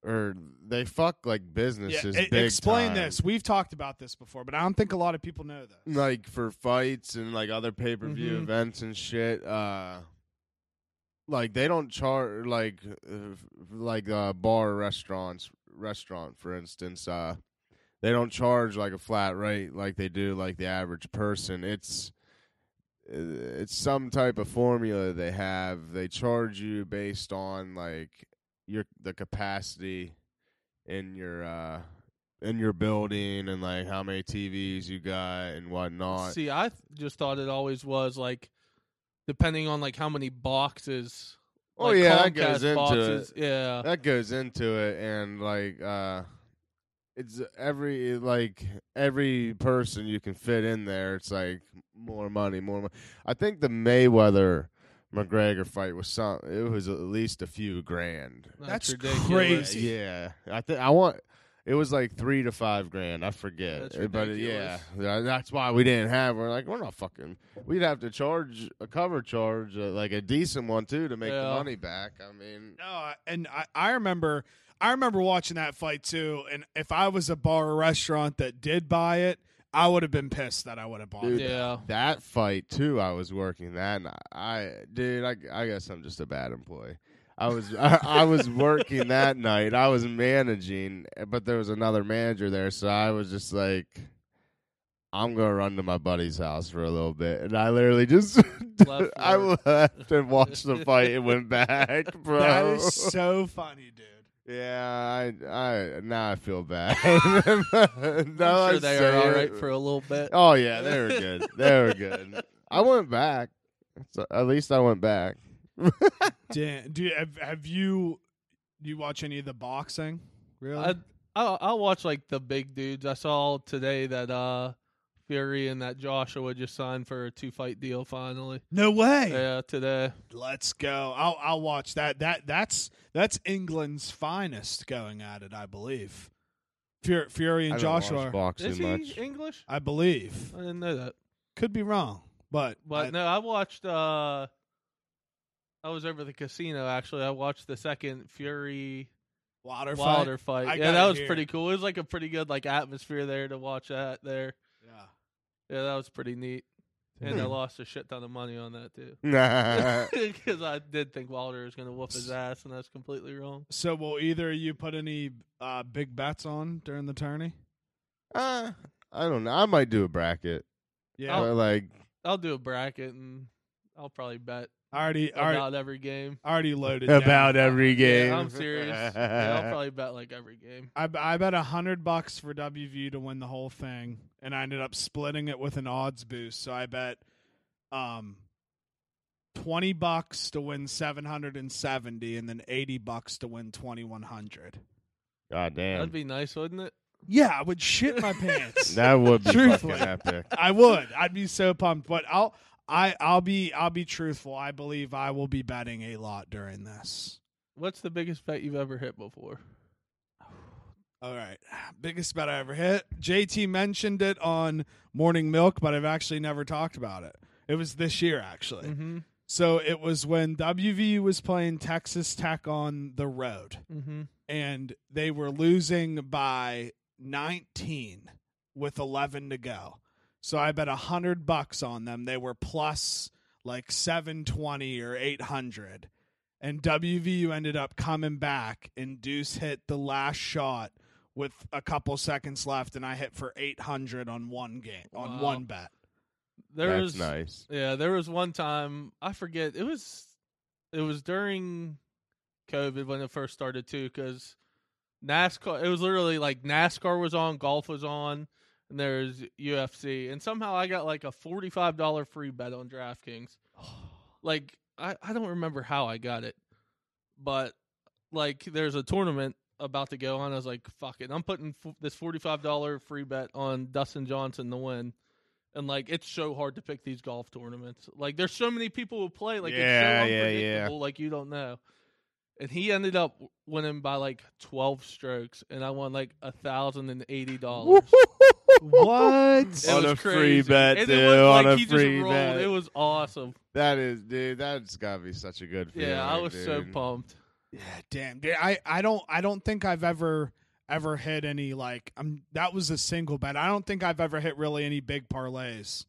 or they fuck like yeah, businesses. e- big explain time. this. We've talked about this before, but I don't think a lot of people know this. like for fights and like other pay per view Mhm. events and shit. Uh, like they don't charge like uh, like uh, bar restaurants restaurant for instance. Uh, they don't charge like a flat rate like they do like the average person. It's uh, it's some type of formula they have. They charge you based on like your the capacity in your uh in your building and like how many TVs you got and whatnot. See, I th- just thought it always was like depending on like how many boxes. Oh, like, yeah, that Comcast goes into boxes. Yeah, that goes into it and like uh it's uh, every like every person you can fit in there it's like more money more money. i think the mayweather mcgregor fight was some it was at least a few grand That's ridiculous. crazy. yeah i think i want it was like three to five grand. I forget, That's but uh, yeah, yeah, that's why we didn't have. We're like, we're not fucking. We'd have to charge a cover charge, uh, like a decent one too, to make the Yeah. money back. I mean, No, I- and I, I remember I remember watching that fight too. And if I was a bar or restaurant that did buy it, I would have been pissed that I would have bought Dude, it. Yeah. that fight too. I was working that. And I, dude, I, I guess I'm just a bad employee. I was I, I was working that night. I was managing, but there was another manager there, so I was just like, I'm gonna run to my buddy's house for a little bit, and I literally just Left I work. left and watched the fight and went back, bro. That is so funny, dude. yeah, I I now I feel bad. now I'm I sure they say are all it. right for a little bit. Oh yeah, they were good. They were good. I went back. So at least I went back. Dan, do you, have, have you do you watch any of the boxing? Really? I I'll, I'll watch like the big dudes. I saw today that uh Fury and that Joshua just signed for a two fight deal finally. no way. Yeah, today. Let's go. I'll I'll watch that. That that's that's England's finest going at it, I believe. Fury, Fury and I don't watch Joshua, are- boxing Is he much. English? I believe. I didn't know that. Could be wrong, but But I- no, I watched. uh I was over at the casino actually. I watched the second Fury Wilder, fight. Wilder fight. I got Yeah, that it was here. pretty cool. It was like a pretty good like atmosphere there to watch that there. Yeah. Yeah, that was pretty neat. And I Hmm. lost a shit ton of money on that too. Nah. Because I did think Wilder was gonna whoop his ass, and that's completely wrong. So will either of you put any uh, big bets on during the tourney? Uh, I don't know. I might do a bracket. Yeah. Oh. But, like I'll do a bracket, and I'll probably bet I already I already, about every game. I already loaded down. about every game. Yeah, I'm serious. yeah, I'll probably bet like every game. I, b- I bet a hundred bucks for WV to win the whole thing, and I ended up splitting it with an odds boost. So I bet, um, twenty bucks to win seven hundred and seventy, and then eighty bucks to win twenty one hundred. God damn. That'd be nice, wouldn't it? Yeah, I would shit my pants. that would be fucking Truthfully. epic. I would. I'd be so pumped. But I'll I I'll be I'll be truthful. I believe I will be betting a lot during this. What's the biggest bet you've ever hit before? All right. Biggest bet I ever hit. JT mentioned it on Morning Milk, but I've actually never talked about it. It was this year, actually. Mm-hmm. So it was when WVU was playing Texas Tech on the road, Mm-hmm. and they were losing by 19 with 11 to go. So I bet 100 bucks on them. They were plus like 720 or 800. And WVU ended up coming back, and Deuce hit the last shot with a couple seconds left, and I hit for 800 on one game, on Wow. one bet. There That's was nice. yeah, there was one time I forget it was it was during COVID when it first started too because NASCAR it was literally like NASCAR was on, golf was on, and there's UFC, and somehow I got like a forty five dollar free bet on DraftKings. like I, I don't remember how I got it, but like there's a tournament about to go on. I was like, fuck it, I'm putting f- this forty five dollar free bet on Dustin Johnson to win. And like it's so hard to pick these golf tournaments. Like there's so many people who play. Like Yeah, it's so yeah, unpredictable. yeah. Like you don't know. And he ended up winning by like twelve strokes, and I won like a thousand and eighty dollars. What? On a free bet, and dude, It wasn't on like a he free just rolled. bet. It was awesome. That is, dude. That's gotta be such a good Yeah, feeling. I was so dude. pumped. Yeah, damn, dude. I, I don't I don't think I've ever ever hit any like I'm that was a single bet. I don't think I've ever hit really any big parlays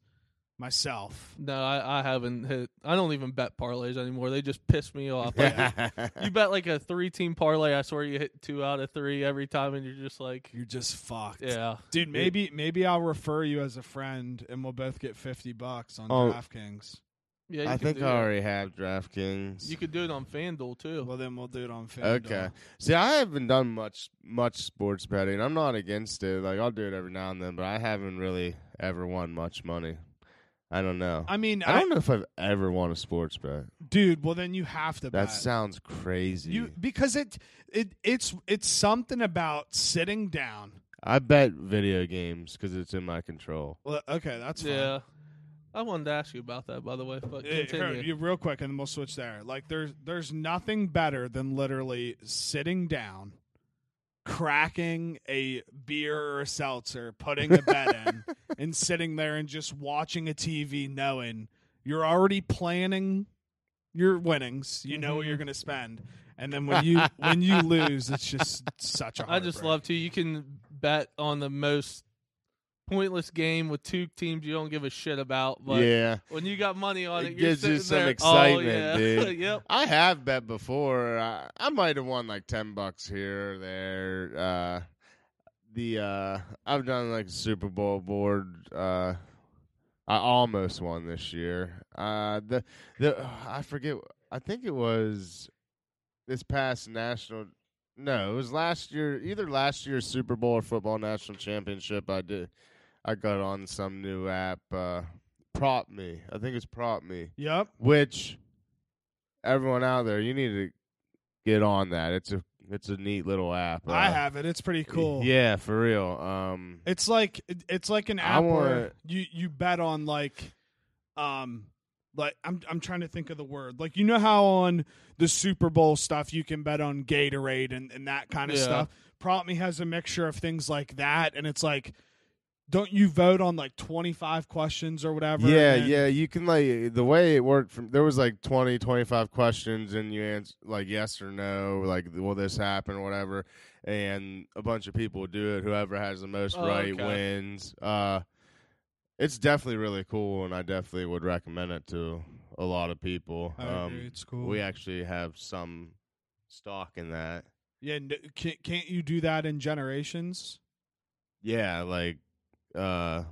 myself. No, I, I haven't hit. I don't even bet parlays anymore. They just piss me off. Like, you bet like a three team parlay. I swear you hit two out of three every time, and you're just like, You're just fucked. yeah. Dude, maybe maybe I'll refer you as a friend and we'll both get fifty bucks on Oh. DraftKings. yeah you I could think do I that. already have DraftKings. You could do it on FanDuel too. Well then we'll do it on FanDuel. Okay. See, I haven't done much much sports betting. I'm not against it. Like I'll do it every now and then, but I haven't really ever won much money. I don't know. I mean I I don't know if I've ever won a sports bet. dude, well then you have to That bet. sounds crazy. you because it it it's it's something about sitting down. I bet video games because it's in my control. Well, okay, that's fine. Yeah. I wanted to ask you about that, by the way. But Yeah, continue. here, you- real quick, and then we'll switch there. Like there's there's nothing better than literally sitting down, cracking a beer or a seltzer, putting a bet in, and sitting there and just watching a TV, knowing you're already planning your winnings. You know what Mm-hmm. you're gonna spend, and then when you when you lose, it's just such a. I just heartbreak. love to. You can bet on the most pointless game with two teams you don't give a shit about. But yeah. when you got money on It it, you're gives you sitting some there, excitement, oh, yeah. dude. yep. I have bet before. I, I might have won like ten bucks here or there. Uh, the uh, I've done like Super Bowl board. Uh, I almost won this year. Uh, the the I forget. I think it was this past national. No, it was last year. Either last year's Super Bowl or football national championship. I did. I got on some new app. Uh, Prop Me. I think it's Prop Me, Yep. which everyone out there, you need to get on that. It's a it's a neat little app. I uh, have it. It's pretty cool. Yeah, for real. Um, It's like it- it's like an I app where wanna- you you bet on like um like I'm I'm trying to think of the word. Like you know how on the Super Bowl stuff you can bet on Gatorade and, and that kind of Yeah. stuff. Prop me has a mixture of things like that and it's like don't you vote on like 25 questions or whatever? and yeah, then- yeah. You can like the way it worked. From there was like 20, 25 questions, and you answer like yes or no, like will this happen, or whatever. And a bunch of people would do it. Whoever has the most Oh, right okay. wins. Uh, it's definitely really cool, and I definitely would recommend it to a lot of people. um, I agree. Oh, It's cool. We actually have some stock in that. yeah, n- can't, can't you do that in generations? Yeah, like uh,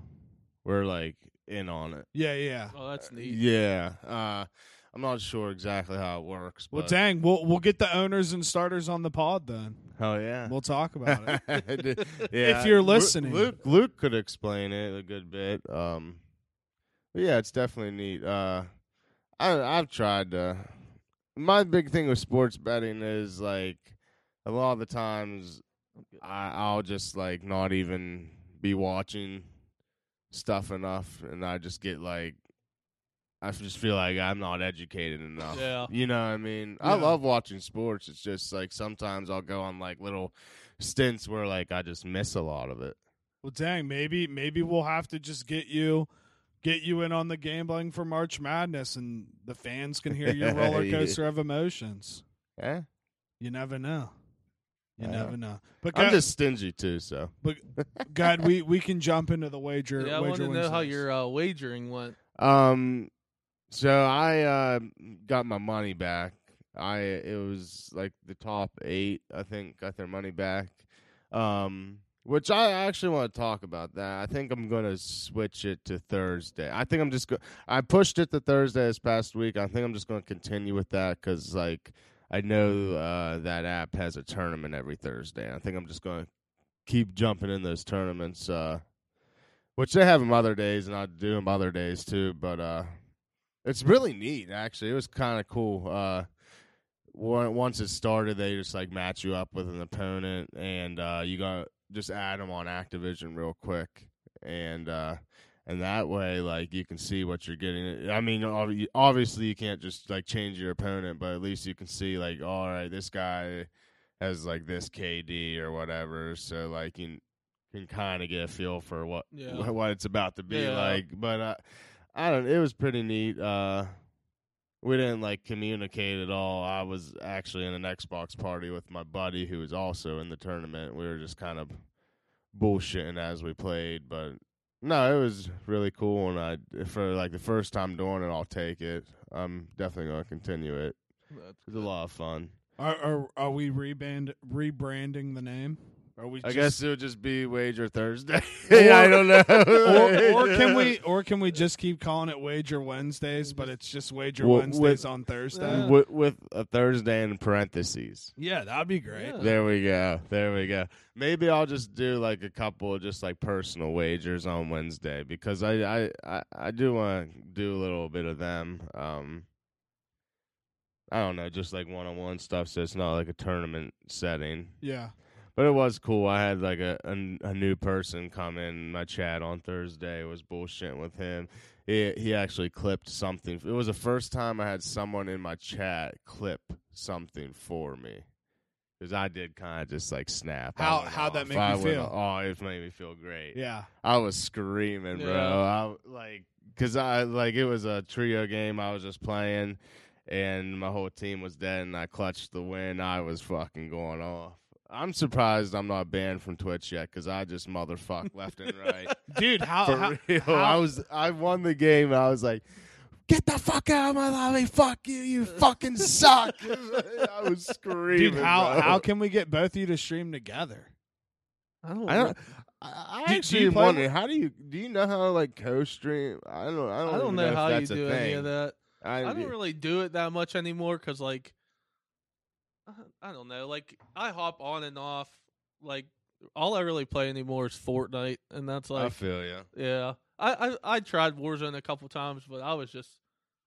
we're like in on it. Yeah, yeah. Oh, that's neat. Yeah. Uh, I'm not sure exactly how it works. Well, but- dang, we'll we'll get the owners and starters on the pod then. Hell yeah. We'll talk about it. yeah. If you're Lu- listening. Luke, Luke could explain it a good bit. Um, but yeah, it's definitely neat. Uh, I, I've tried to. My big thing with sports betting is like a lot of the times I, I'll just like not even be watching stuff enough, and I just get like. I just feel like I'm not educated enough. Yeah. You know what I mean? I Yeah. love watching sports. It's just like sometimes I'll go on like little stints where like I just miss a lot of it. Well, dang, maybe maybe we'll have to just get you get you in on the gambling for March Madness, and the fans can hear your roller Yeah. coaster of emotions. Yeah. You never know. You Yeah. never know. But I'm God, just stingy too, so. but God, we we can jump into the wager. Yeah, I wager want to know how Wednesdays. your uh, wagering went. Um so I uh got my money back. I it was like the top 8 I think got their money back. Um which I actually want to talk about that. I think I'm going to switch it to Thursday. I think I'm just go- I pushed it to Thursday this past week. I think I'm just going to continue with that cuz like I know uh that app has a tournament every Thursday. I think I'm just going to keep jumping in those tournaments uh which they have them other days and I do them other days too. But uh, it's really neat actually. It was kind of cool. Uh, on- once it started, they just like match you up with an opponent, and uh, you got just add them on Activision real quick, and uh, and that way like you can see what you're getting. I mean, ob- obviously you can't just like change your opponent, but at least you can see like all right, this guy has like this KD or whatever. So like you can kind of get a feel for what Yeah. wh- what it's about to be Yeah. like. But uh, I don't. It was pretty neat. Uh, we didn't like communicate at all. I was actually in an Xbox party with my buddy who was also in the tournament. We were just kind of bullshitting as we played, but no, it was really cool. And I for like the first time doing it, I'll take it. I'm definitely gonna continue it. That's It was a lot of fun. are, are are we reband rebranding the name? Are we? I just- guess it would just be Wager Thursday. Or- I don't know. Or, or can we or can we just keep calling it Wager Wednesdays, but it's just Wager Well, Wednesdays with- on Thursday? Yeah. with, with a Thursday in parentheses? Yeah, that'd be great. Yeah. There we go. There we go. Maybe I'll just do like a couple of just like personal wagers on Wednesday because I I I, I do want to do a little bit of them. Um I don't know, just like one-on-one stuff so it's not like a tournament setting. yeah. But it was cool. I had like a, a, a new person come in my chat on Thursday. was bullshitting with him. He he actually clipped something. It was the first time I had someone in my chat clip something for me. Cause I did kind of just like snap. I How- went how'd that off. make you I went feel? off. Oh, it made me feel great. Yeah. I was screaming, bro. Yeah. I like because I like it was a trio game I was just playing, and my whole team was dead, and I clutched the win. I was fucking going off. I'm surprised I'm not banned from Twitch yet because I just motherfuck left and right Dude, how, for how real. I was I won the game. And I was like, get the fuck out of my lobby. Fuck you. You fucking suck. I was screaming. dude, how bro. how can we get both of you to stream together? I don't. I don't. know. I, I Do- do you actually play wonder how do you do you know how to like co-stream? I don't. I don't, I don't even know if how you that's a do thing. any of that. I, e- I don't really do it that much anymore because, like, uh, I- I don't know. Like, I hop on and off. Like, all I really play anymore is Fortnite, and that's I like, feel you. yeah. I, I I tried Warzone a couple times, but I was just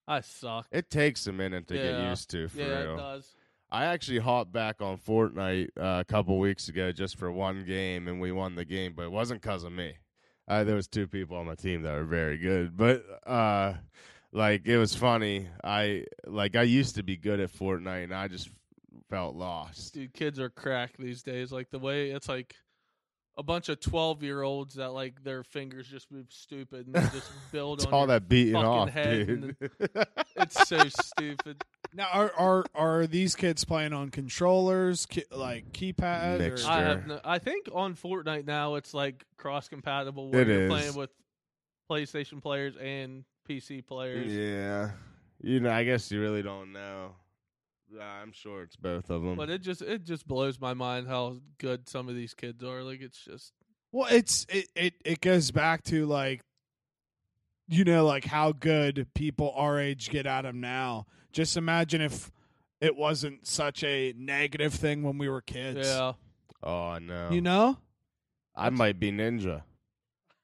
I sucked. It takes a minute to get Yeah. used to, for yeah, real. it does. I actually hopped back on Fortnite uh, a couple weeks ago just for one game, and we won the game, but it wasn't because of me. Uh, there was two people on my team that were very good, but uh, like it was funny. I like I used to be good at Fortnite, and I just felt lost. Dude, kids are crack these days. Like the way it's like a bunch of twelve year olds that like their fingers just move stupid and they just build It's on all your- that beating fucking off, head dude. It's so stupid. Now, are are are these kids playing on controllers, ki- like keypad? Mixed. Or, I Sure. have no, I think on Fortnite now it's like cross compatible It where you're is. playing with PlayStation players and PC players. yeah, you know. I guess you really don't know. Nah, I'm sure it's both of them. But it just it just blows my mind how good some of these kids are. Like it's just well, it's it, it it goes back to like, you know, like how good people our age get at them now. Just imagine if it wasn't such a negative thing when we were kids. yeah. oh no, You know, I might be ninja.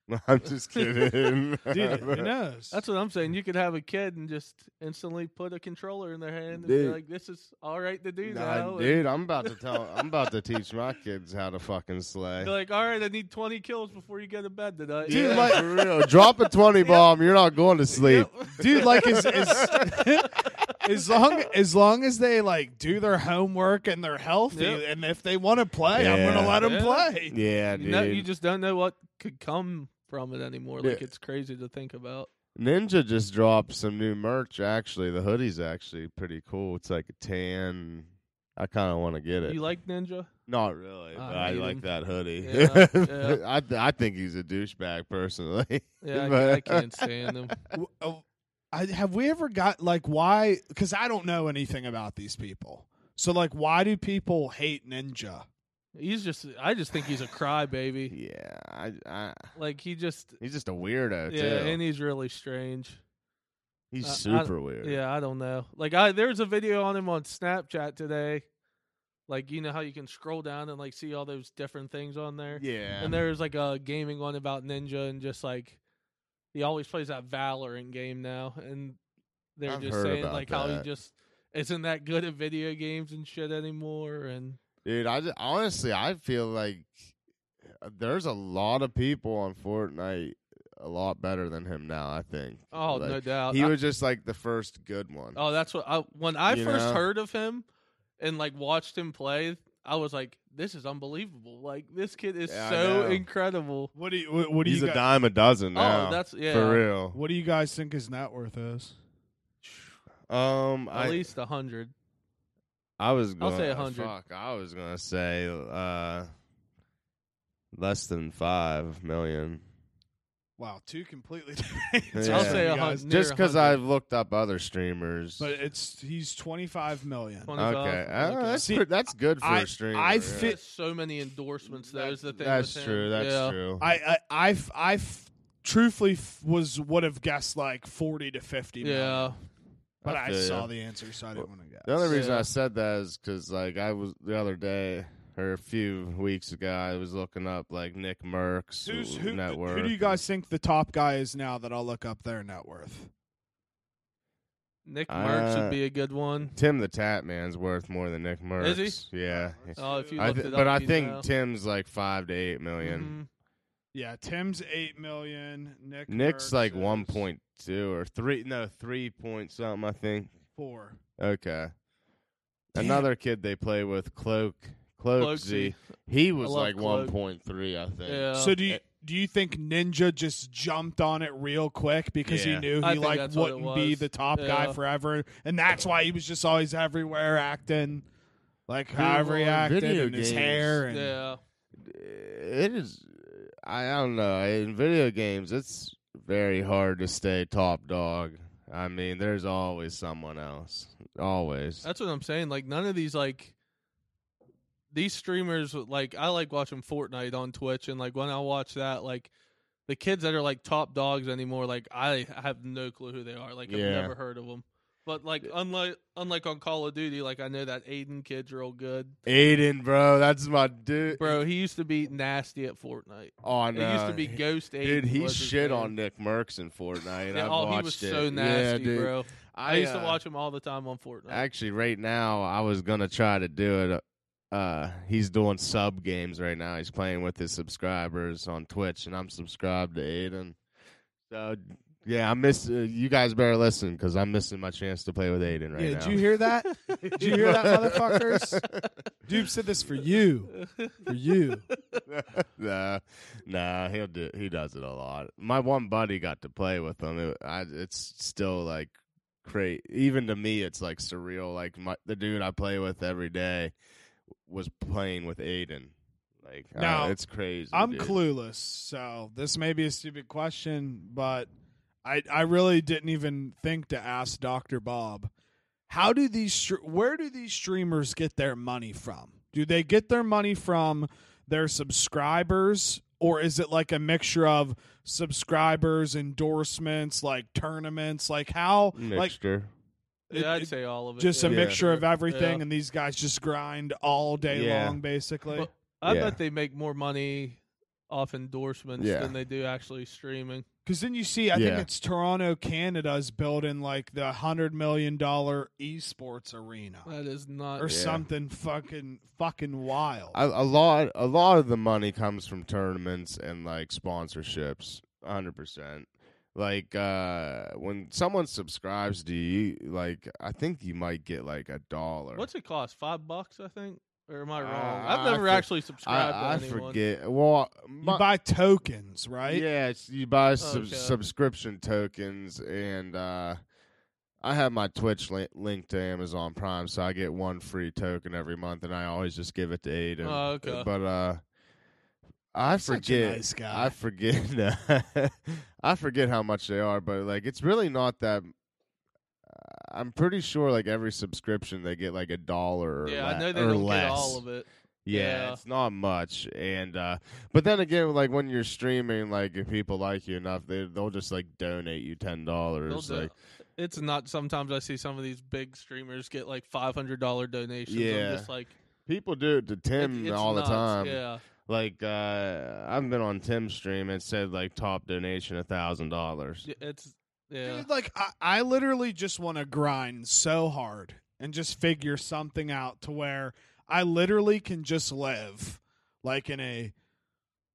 I'm just kidding. dude, who knows? That's what I'm saying. You could have a kid and just instantly put a controller in their hand and be Dude. like, "This is all right to do Nah, now." and dude, I'm about to tell. I'm about to teach my kids how to fucking slay. be like, "All right, I need 20 kills before you go to bed tonight." Yeah, Dude, like- for real. drop a twenty bomb. You're not going to sleep. dude like as, as, as long as long as they like do their homework and they're healthy Yep. and if they want to play i'm Yeah. gonna let them Yeah. play Yeah, you dude. know, you just don't know what could come from it anymore. Like Yeah. it's crazy to think about. Ninja just dropped some new merch. Actually, the hoodie's actually pretty cool. It's like a tan. I kind of want to get it. You like Ninja? Not really, but I I hate like him. that hoodie. Yeah, yeah. I th- I think he's a douchebag personally. Yeah, I, But- I can't stand them. W- oh, I, have we ever got like why because i don't know anything about these people so like why do people hate ninja He's just. I just think he's a crybaby. yeah, I, I Like he just. he's just a weirdo Yeah, too. and he's really strange. he's I- I- super weird. Yeah, I don't know. Like I there was a video on him on Snapchat today. Like you know how you can scroll down and like see all those different things on there. yeah. And there was like a gaming one about Ninja and just like he always plays that Valorant game now and they're I've just heard saying about like how he that. just isn't that good at video games and shit anymore and Dude, I ju- honestly I feel like uh, there's a lot of people on Fortnite a lot better than him now. I think. oh Like, no doubt he I- was just like the first good one. Oh, that's what I when I You first know? heard of him and like watched him play, I was like, this is unbelievable. Like this kid is Yeah, I so know. incredible. what do you what, what do he's you a gu- dime a dozen now. Oh, that's yeah. for real. what do you guys think his net worth is Um, At I least a hundred. I was gonna I'll say 100. Fuck, I was gonna say uh, less than five million. wow two completely different answers I'll from say you a guys. hundred. Near Just because 100. I've looked up other streamers. but it's he's 25 million Twenty- okay, 25, Oh, that's See, pre- that's good for I- a streamer. I yeah. He fit- has so many endorsements. That is the thing. That's with him. true. That's yeah. true. I, I, I, f- I f- truthfully f- was would have guessed like forty to fifty. million, Yeah, but I I, feel saw ya. the answer, so I didn't want to guess. The only reason Yeah. I said that is because, like, I was the other day or a few weeks ago, I was looking up like Nick Merck's Who's, w- who, net worth. who do you guys think the top guy is now that I'll look up their net worth? Nick Merckx Uh, would be a good one. Tim the Tap Man's worth more than Nick Merck's. he? Yeah. Oh, if you I looked th- it up, but I you'd think know. Tim's like five to eight million. Mhm. Yeah, Tim's eight million. Nick Nick's Merckx like is one point two or three, no, three point something. I think. four. Okay. Damn. Another kid they play with, Cloak Cloaksy. Cloaksy. He was love like Cloak. one point three, I think. Yeah. so do you it- do you think Ninja just jumped on it real quick because Yeah. he knew I he think like that's what it wouldn't be was. the top guy Yeah. forever, and that's why he was just always everywhere acting like however he well, in acted video and his games, hair and Yeah. it is I, I don't know in video games it's very hard to stay top dog i mean there's always someone else always That's what I'm saying. Like none of these like these streamers like I like watching Fortnite on Twitch and like when I watch that like the kids that are like top dogs anymore like I have no clue who they are. Like I've Yeah. never heard of them. But like unlike unlike on Call of Duty, like I know that Aiden kid's real good, Aiden, bro, that's my dude. Oh, bro. He used to be nasty at Fortnite. on It used to be Ghost Aiden. Dude, he was his shit name. on Nick Merckx in Fortnite. Yeah, I've oh, watched he was it. so yeah, nasty, dude. bro. I, used to uh, watch him all the time on Fortnite. Actually, right now I was gonna try to do it. Uh, he's doing sub games right now. He's playing with his subscribers on Twitch, and I'm subscribed to Aiden. So yeah, I miss. Uh, you guys better listen because I'm missing my chance to play with Aiden right yeah, now. did you hear that? did you hear that, motherfuckers? Dupe said this for you. For you. nah, nah, he'll do. He does it a lot. My one buddy got to play with him. It, I, it's still like crazy. Even to me, it's like surreal. Like my, the dude I play with every day was playing with Aiden. Like, uh, Now, it's crazy. I'm dude. clueless, so this may be a stupid question, but I I really didn't even think to ask Doctor Bob. How do these str- where do these streamers get their money from? Do they get their money from their subscribers, or is it like a mixture of subscribers, endorsements, like tournaments, like how like Mixture. yeah, it- I'd it- say all of it. just a yeah. mixture of everything, Yeah. and these guys just grind all day Yeah. long, basically. Well, I Yeah. bet they make more money off endorsements Yeah. than they do actually streaming. Because then you see, I Yeah. think it's Toronto, Canada is building like the hundred million dollar esports arena That is not. or Yeah. something fucking fucking wild. a, a lot a lot of the money comes from tournaments and like sponsorships 100% like uh when someone subscribes to you like i think you might get like a dollar What's it cost? Five bucks, I think. Or am I wrong? Uh, I I've never for- actually subscribed i, I to anyone. forget well you buy tokens, right? yes you buy sub- Okay. subscription tokens and uh I have my Twitch link, linked to Amazon Prime, so I get one free token every month, and I always just give it to Aiden. Oh, okay. But uh, I Such forget. a nice guy. I forget. I forget how much they are, but like it's really not that. I'm pretty sure like every subscription they get like a dollar. or yeah, I le- know they or don't less. get all of it. Yeah, Yeah. it's not much, and uh but then again, like when you're streaming, like if people like you enough, they they'll just like donate you ten They'll dollars. do- Like, it's not. Sometimes I see some of these big streamers get like five hundred dollar donations. Yeah. I'm just like people do it to it- Tim it's all nuts. the time. Yeah, Like uh I've been on Tim's stream and said like top donation a thousand dollars. Y- it's yeah. Dude, like I, I literally just want to grind so hard and just figure something out to where I literally can just live like in a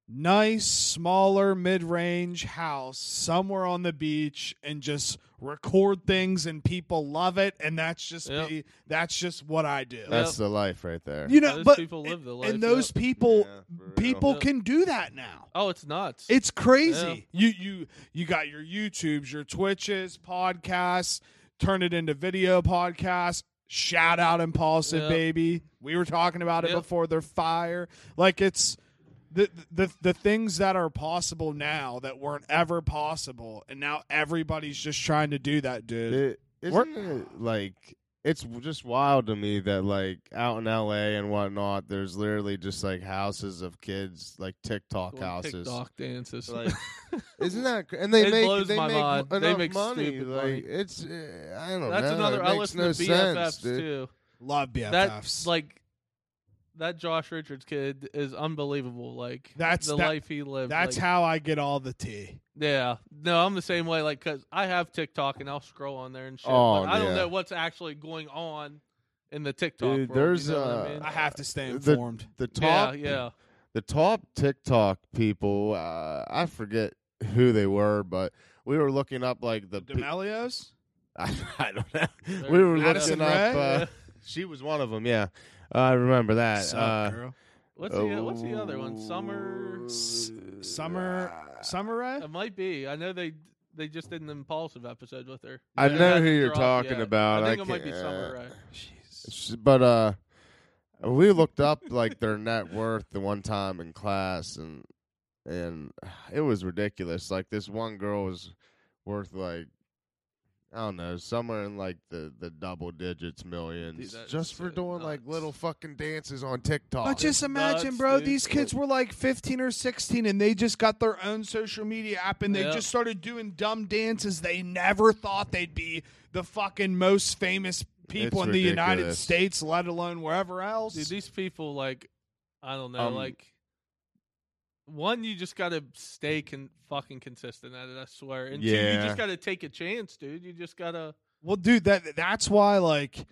nice, smaller, mid range house somewhere on the beach and just record things and people love it and that's just Yep. me that's just what I do. That's the life right there. you know, Those but people live the life. and those yep. people Yeah, for real. people Yeah. can do that now. Oh, it's nuts. It's crazy. You you you got your YouTubes, your Twitches, podcasts, turn it into video podcasts. Shout out Impulsive Yep. Baby. We were talking about it Yep. before they're fire. Like it's the, the the things that are possible now that weren't ever possible, and now everybody's just trying to do that, dude. It, We're- isn't it like it's w- just wild to me that like out in L.A. and whatnot, there's literally just like houses of kids like TikTok Doing houses. TikTok dances. Like, Isn't that? cr- And they It make blows they my make mind. m- They enough make money. stupid Like money. it's uh, I don't That's know. another. It I makes listen no to BFFs sense, dude. too. Love BFFs. That's like that Josh Richards kid is unbelievable. Like That's the that- life he lived. That's like- how I get all the tea. Yeah. No, I'm the same way. Like, cause I have TikTok and I'll scroll on there and shit. Oh, but I yeah. don't know what's actually going on in the TikTok. Dude, world, there's, you know what uh, I mean? I have to stay The- informed. The top, yeah, yeah. the top TikTok people. Uh, I forget who they were, but we were looking up like the. pe- Demelios? I, don't know. We were Madison looking up. Ray? Uh, she was one of them. Yeah, I remember that. Sup, Uh, girl? What's the uh, what's the other one? Summer. S- summer uh, Summer Oh. Ray? It might be. I know they they just did an impulsive episode with her. I It know who hasn't you're dropped talking yet. about. I I think it might be can't- Summer Rae. S- But uh, we looked up like their net worth the one time in class, and and it was ridiculous. Like this one girl was worth like I don't know, somewhere in like the, the double digits millions, that's just for so doing like nuts. little fucking dances on TikTok. But just imagine, Oh, nuts, bro. dude. These kids were like 15 or 16, and they just got their own social media app, and they Yeah. just started doing dumb dances. They never thought they'd be the fucking most famous people It's in the United ridiculous. States, let alone wherever else. Dude, these people like, I don't know, Um, like. One, you just gotta stay con- fucking consistent at it. I swear. And two, you Yeah. just gotta take a chance, dude. You just gotta. well, dude, that that's why like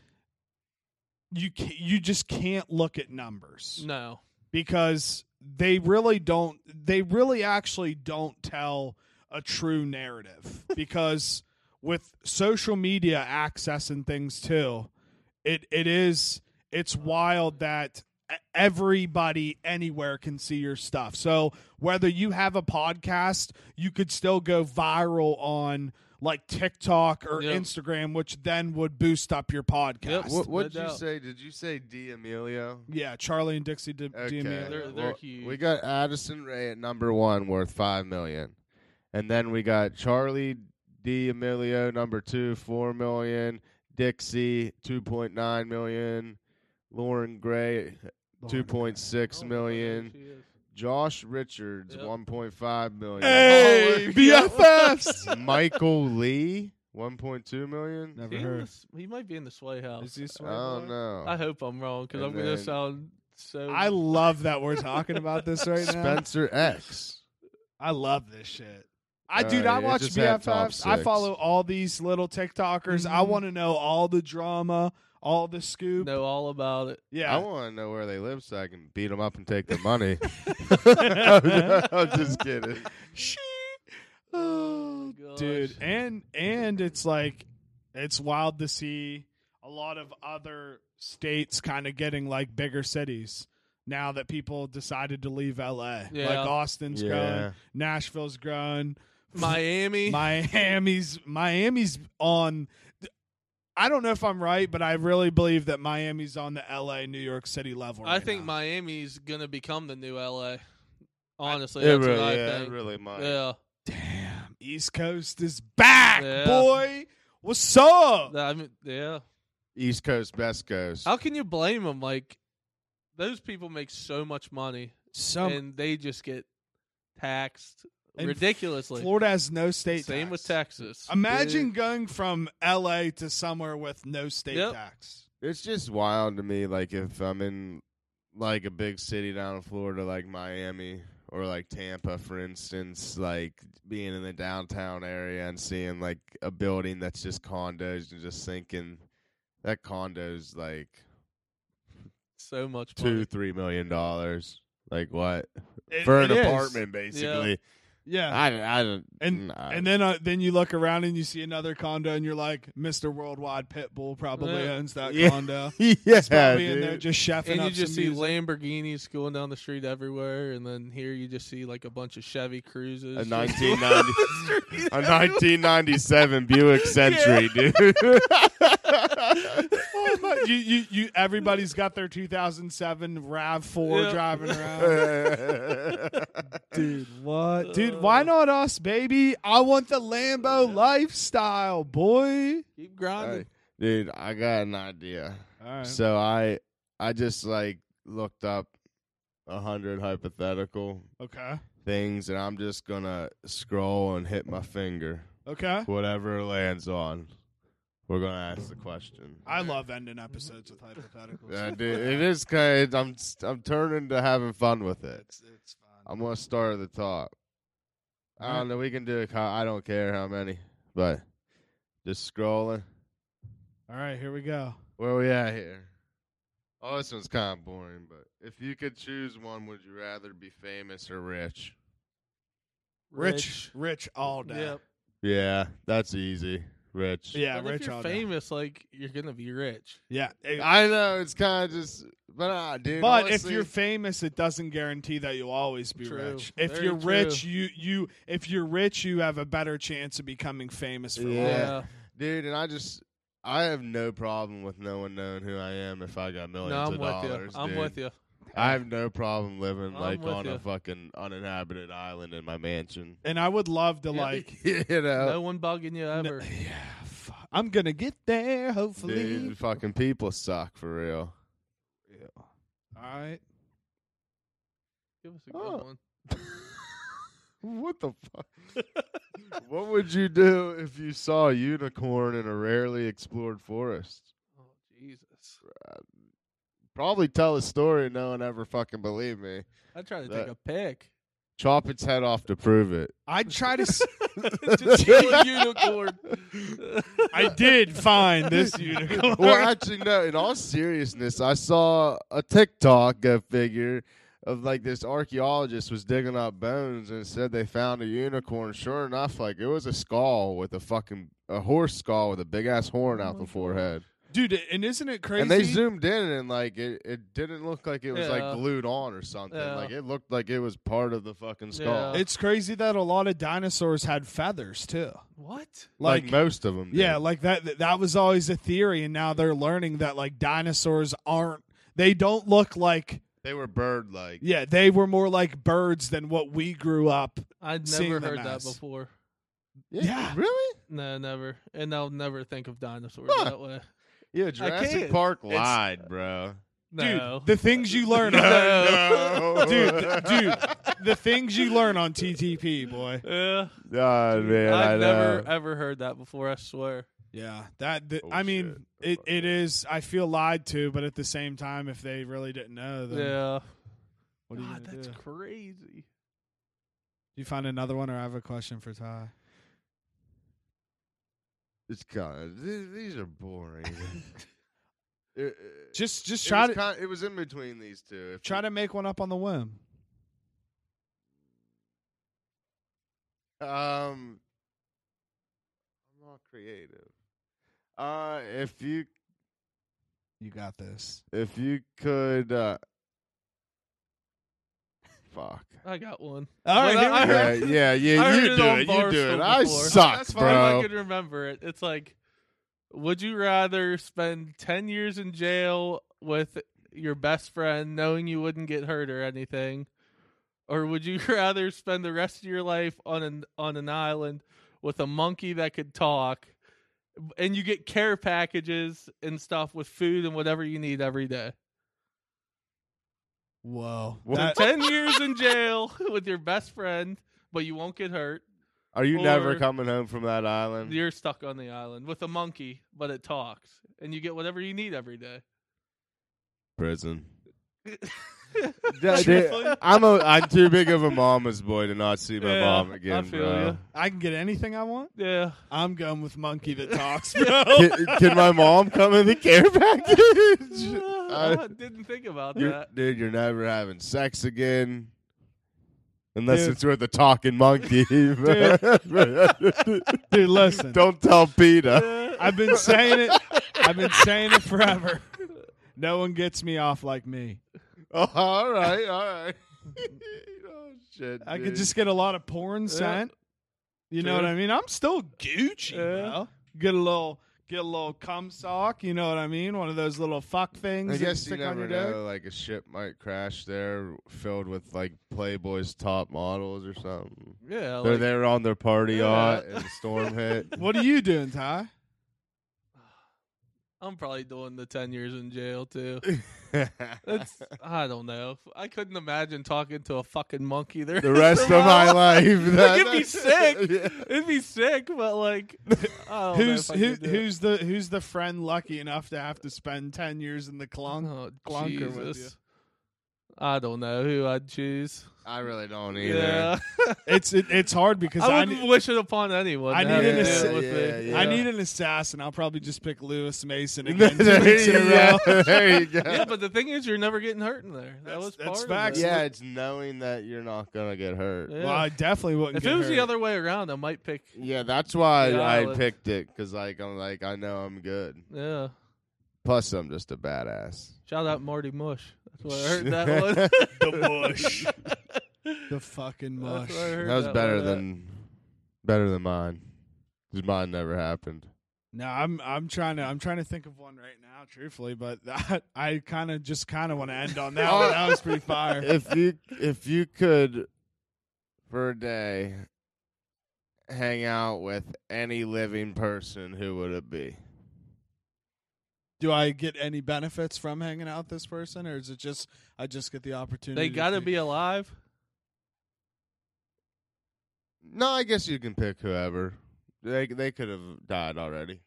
you ca- you just can't look at numbers. No. because they really don't they really actually don't tell a true narrative because with social media access and things too it it is it's wild that e- everybody anywhere can see your stuff so whether you have a podcast you could still go viral on like TikTok or Yeah. Instagram which then would boost up your podcast what what'd No you doubt. say? Did you say D Emilio? yeah Charlie and Dixie D- Okay. D'Amelio. They're- they're huge. We got Addison Ray at number one, worth five million, and then we got Charlie D. Emilio number two, four million. Dixie two point nine million. Lauren Gray Oh, two point six I don't know who the hell million. Oh, she is. Josh Richards Yep. one point five million. Hey, Oh, BFFs. Michael Lee one point two million. Never He, in the heard. s- he might be in the Sway House. I don't know. I hope I'm wrong because And I'm gonna then- sound so. I love that we're talking about this right now. Spencer X. I love this shit. I All dude, I right, it watch just had top BFFs. I six. Mm-hmm. follow all these little TikTokers. I Mhm. want to know all the drama, all the scoop. know all about it. I Yeah, want to know where they live so I can beat them up and take their money. I'm just kidding. She- Oh, gosh. dude, and and it's like it's wild to see a lot of other states kind of getting like bigger cities now that people decided to leave LA. Like Yeah. Austin's growing, Yeah. Nashville's growing, Miami. Miami's Miami's on. I don't know if I'm right, but I really believe that Miami's on the L.A. New York City level. I right think now. Miami's gonna become the new LA. Honestly, It that's really, what I yeah, it think. really might. yeah, damn East Coast is back, Yeah. boy. What's up? That- I mean, yeah. East Coast, best coast. How can you blame them? Like, those people make so much money, Some and they just get taxed Um, And ridiculously. Florida has no state. Same tax. with Texas. Imagine going from L.A. to somewhere with no state Yep. tax. It's just wild to me. Like if I'm in like a big city down in Florida, like Miami or like Tampa, for instance, like being in the downtown area and seeing like a building that's just condos and just thinking that condos like so much money. two, three million dollars. Like what It- for an it is. apartment, Ah. basically? Yeah, I, I don't. And- nah. and then uh, then you look around and you see another condo, and you're like, Mister Worldwide Pitbull probably Yeah. owns that Yeah. condo. yeah, He's probably in there dude. just chefing and up you just some see music. Lamborghinis going down the street everywhere, and then here you just see like a bunch of Chevy Cruises. a just- 1990 a 1997 Buick Century, dude. Oh my- you, you, you, everybody's got their 2007 Rav Four Yeah. driving around. Dude, what? Dude, why Uh. not us, baby? I want the Lambo lifestyle, boy. Keep grinding. dude, I got an idea. All right. So I I just like looked up a hundred hypothetical okay. things, and I'm just gonna scroll and hit my finger, Okay. whatever it lands on. We're gonna ask the question. I love ending episodes with hypotheticals. Yeah, dude, it is kind. I'm I'm turning to having fun with it. It's, it's fun. I'm gonna start at the top. I Alright. don't know. We can do it. Kyle. I don't care how many, but just scrolling. All right, here we go. Where we at here? Oh, this one's kind of boring. But if you could choose one, would you rather be famous or rich? Rich, rich all day. Yep. Yeah, that's easy. Rich. Yeah, But rich if all you're day. famous, like you're gonna be rich. Yeah. Hey, I know it's kind of just, but ah, dude. But if honestly, you're famous, it doesn't guarantee that you'll always be True. rich. If Very you're true. rich, you you if you're rich, you have a better chance of becoming famous for Yeah. long. dude, and I just, I have no problem with no one knowing who I am if I got No, millions I'm of with dollars. you. I'm dude. with you. I have no problem living I'm like with on ya. a fucking uninhabited island in my mansion. And I would love to Yeah. like you know, no one bugging you n- ever. Yeah, fuck. I'm gonna get there, hopefully. Dude, fucking people suck for real. All right. Give us a Oh. good one. what the fuck? what would you do if you saw a unicorn in a rarely explored forest? Oh Jesus! Probably tell a story no one ever fucking believed me. I tried to That- take a pic. Chop its head off to prove it. I try to. S- Just kill a unicorn. I did find this unicorn. well, actually, no. In all seriousness, I saw a TikTok go figure of like this archaeologist was digging up bones and said they found a unicorn. Sure enough, like it was a skull with a fucking a horse skull with a big ass horn Oh out my the God. forehead. Dude, and isn't it crazy? And they zoomed in and like it, it didn't look like it was Yeah. like glued on or something. Yeah. Like it looked like it was part of the fucking skull. Yeah. It's crazy that a lot of dinosaurs had feathers too. what? Like, Like, most of them. yeah, like that, that. That was always a theory, and now they're learning that like dinosaurs aren't. They don't look like. they were bird like. Yeah, they were more like birds than what we grew up. I'd Seeing never them heard that as- before. Yeah. Really? No, never. And I'll never think of dinosaurs Huh. that way. Yeah, Jurassic can't. Park It's- lied, bro. No. Dude, the things you learn. on- No. Dude, th- dude, the things you learn on TTP, boy. Yeah. God, man, I I've never know. ever heard that before. I swear. Yeah, that. th- Oh, I mean, shit. it, it is. I feel lied to, but at the same time, if they really didn't know, then yeah. what are you God, gonna that's do? crazy. you find another one, or I have a question for Ty. It's kind of these, these are boring. it, it, Just, just it try was to kind- it was in between these two. If try you- to make one up on the whim. Um, I'm not creative. Uh, if you You got this. if you could, uh, fuck. I got one. All right, here Well, we I Yeah, go. heard- yeah, I yeah. heard You it do it. on You do Barstool it. I before. suck, That's fine. bro. If I could remember it, it's like, would you rather spend ten years in jail with your best friend, knowing you wouldn't get hurt or anything, or would you rather spend the rest of your life on an on an island with a monkey that could talk, and you get care packages and stuff with food and whatever you need every day? Whoa. What? That- Ten years in jail with your best friend, but you won't get hurt. Are you never Or- coming home from that island? You're stuck on the island with a monkey, but it talks, and you get whatever you need every day. Prison. Yeah, dude, Truthfully? I'm a I'm too big of a mama's boy to not see my Yeah, mom I again, feel bro. ya. I can get anything I want. Yeah. I'm going with monkey that talks, bro. can, can my mom come in the care package? I- I Ah, didn't think about You're- that. dude, you're never having sex again. Unless Dude. it's with a talking monkey. Dude, listen. Don't tell PETA. Yeah. I've been saying it. I've been saying it forever. No one gets me off like me. Oh, all right, all right. oh, shit. I dude. could just get a lot of porn sent. You know what True. I mean? I'm still Gucci, Yeah. bro. Get a little, get a little cum sock. You know what I mean? One of those little fuck things. I that guess you stick on never your dick. know. Like a ship might crash there, filled with like Playboy's top models or something. yeah They're like- there on their party Yeah. yacht, and the storm hit. What are you doing, Ty? I'm probably doing the 10 years in jail, too. It's, I don't know. I couldn't imagine talking to a fucking monkey there. the rest of my life. That, it'd be sick. It'd be sick, but like, I don't know Who's Oh, if I who, could do it. who's the who's the friend lucky enough to have to spend ten years in the clunk? Oh, Glunker Jesus. with I don't know who I'd choose. I really don't Yeah, either. It's it, it's hard because I I, wouldn't ne- wish it upon anyone. I to need have an to do ass- it with me. yeah, I yeah. need an assassin. I'll probably just pick Lewis Mason there, again. two weeks in a yeah, row. there you go. Yeah, but the thing is, you're never getting hurt in there. That That's- was that's part of facts. it. yeah, it's knowing that you're not gonna get hurt. Yeah. Well, I definitely wouldn't. If get it was the hurt. other way around, I might pick. Yeah, that's why Yeah, I, let's- picked it because like I'm like I know I'm good. Yeah. Plus, I'm just a badass. Shout out Marty Mush. That's what I heard that was. The mush. the fucking mush. That's what I heard That was that better one. than better than mine. 'Cause mine never happened. No, I'm I'm trying to I'm trying to think of one right now, truthfully, but that, I kind of just kind of want to end on that one. That was pretty fire. if you if you could for a day hang out with any living person, who would it be? Do I get any benefits from hanging out with this person, or is it just I just get the opportunity? They got to to be alive. No, I guess you can pick whoever. They they could have died already.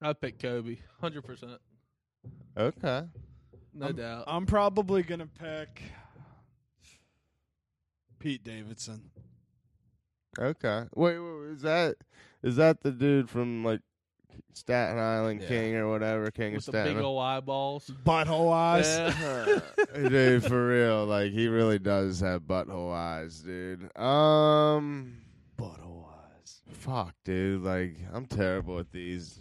I pick Kobe, hundred percent, Okay. no doubt. Uh, I'm probably gonna pick Pete Davidson. Okay. Wait, wait, is that is that the dude from like Staten Island Yeah. King or whatever King with of the big Staten? old eyeballs. Butthole eyes. Yeah. dude, for real, like he really does have butthole eyes, dude. Um, Butthole eyes. fuck, dude, like I'm terrible at these.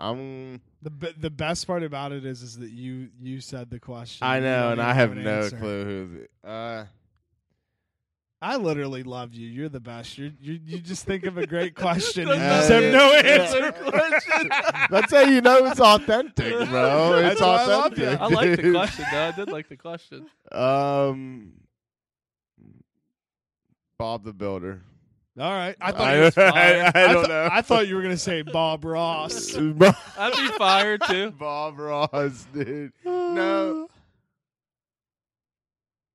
I'm. The be- the best part about it is is that you you said the question. I You know, don't and even I have an no answer. clue who. The, uh, I literally love you. You're the best. You you you just think of a great question and you Uh, just have no yeah. answer. that's how you know it's authentic, bro. It's That's why I love authentic. I like the dude. question. though. I did like the question. Um, Bob the Builder. All right. I thought I- you was I- fired. I don't thought- know. I thought you were gonna say Bob Ross. I'd be fired too. Bob Ross, dude. No.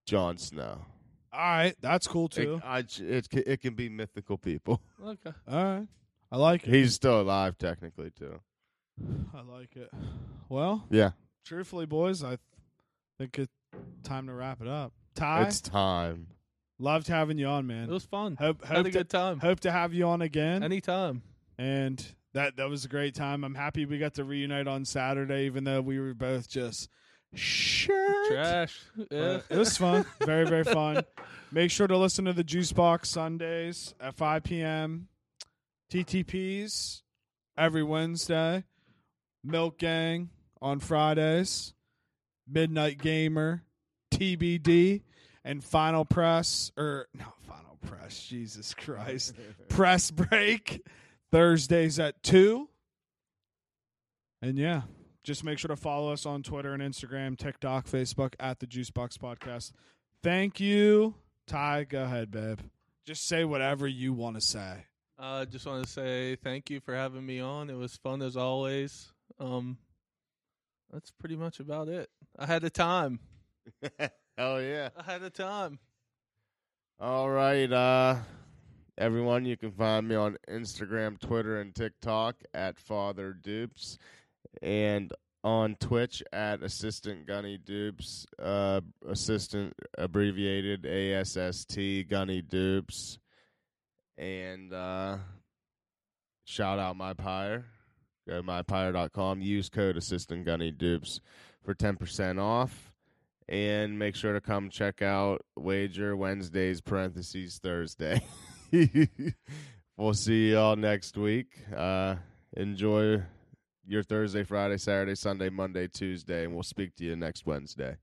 Jon Snow. All right. That's cool too. It, I, it, ca- it can be mythical people. Okay. All right. I like it. He's still alive, technically, too. I like it. Well, Yeah, truthfully, boys, I think it's time to wrap it up. Ty, it's time. loved having you on, man. It was fun. hope Had hope a to, good time. hope to have you on again. Anytime. and that that was a great time. I'm happy we got to reunite on Saturday, even though we were both just sure. Trash. Yeah. But it was fun. Very, very fun. Make sure to listen to the Juice Box Sundays at 5 p.m. TTPs every Wednesday. Milk Gang on Fridays. Midnight Gamer. TBD. And Final Press, or no, Final Press, Jesus Christ. Press Break Thursdays at 2. And yeah just make sure to follow us on Twitter and Instagram, TikTok, Facebook at the Juicebox Podcast. Thank you, Ty. Go ahead, babe. Just say whatever you want to say. Uh, just want to say thank you for having me on. It was fun as always. Um, that's pretty much about it. I had a time. Hell yeah. I had a time. All right, uh, everyone, you can find me on Instagram, Twitter, and TikTok at Father Dupes, and on Twitch at Assistant Gunny Dupes, uh, Assistant abbreviated ASST Gunny Dupes, and uh, shout out my pyre. Go to mypire.com. Use code Assistant Gunny Dupes for ten percent off and make sure to come check out Wager Wednesdays parentheses Thursday. we'll see y'all next week. Uh, enjoy your Thursday, Friday, Saturday, Sunday, Monday, Tuesday, and we'll speak to you next Wednesday.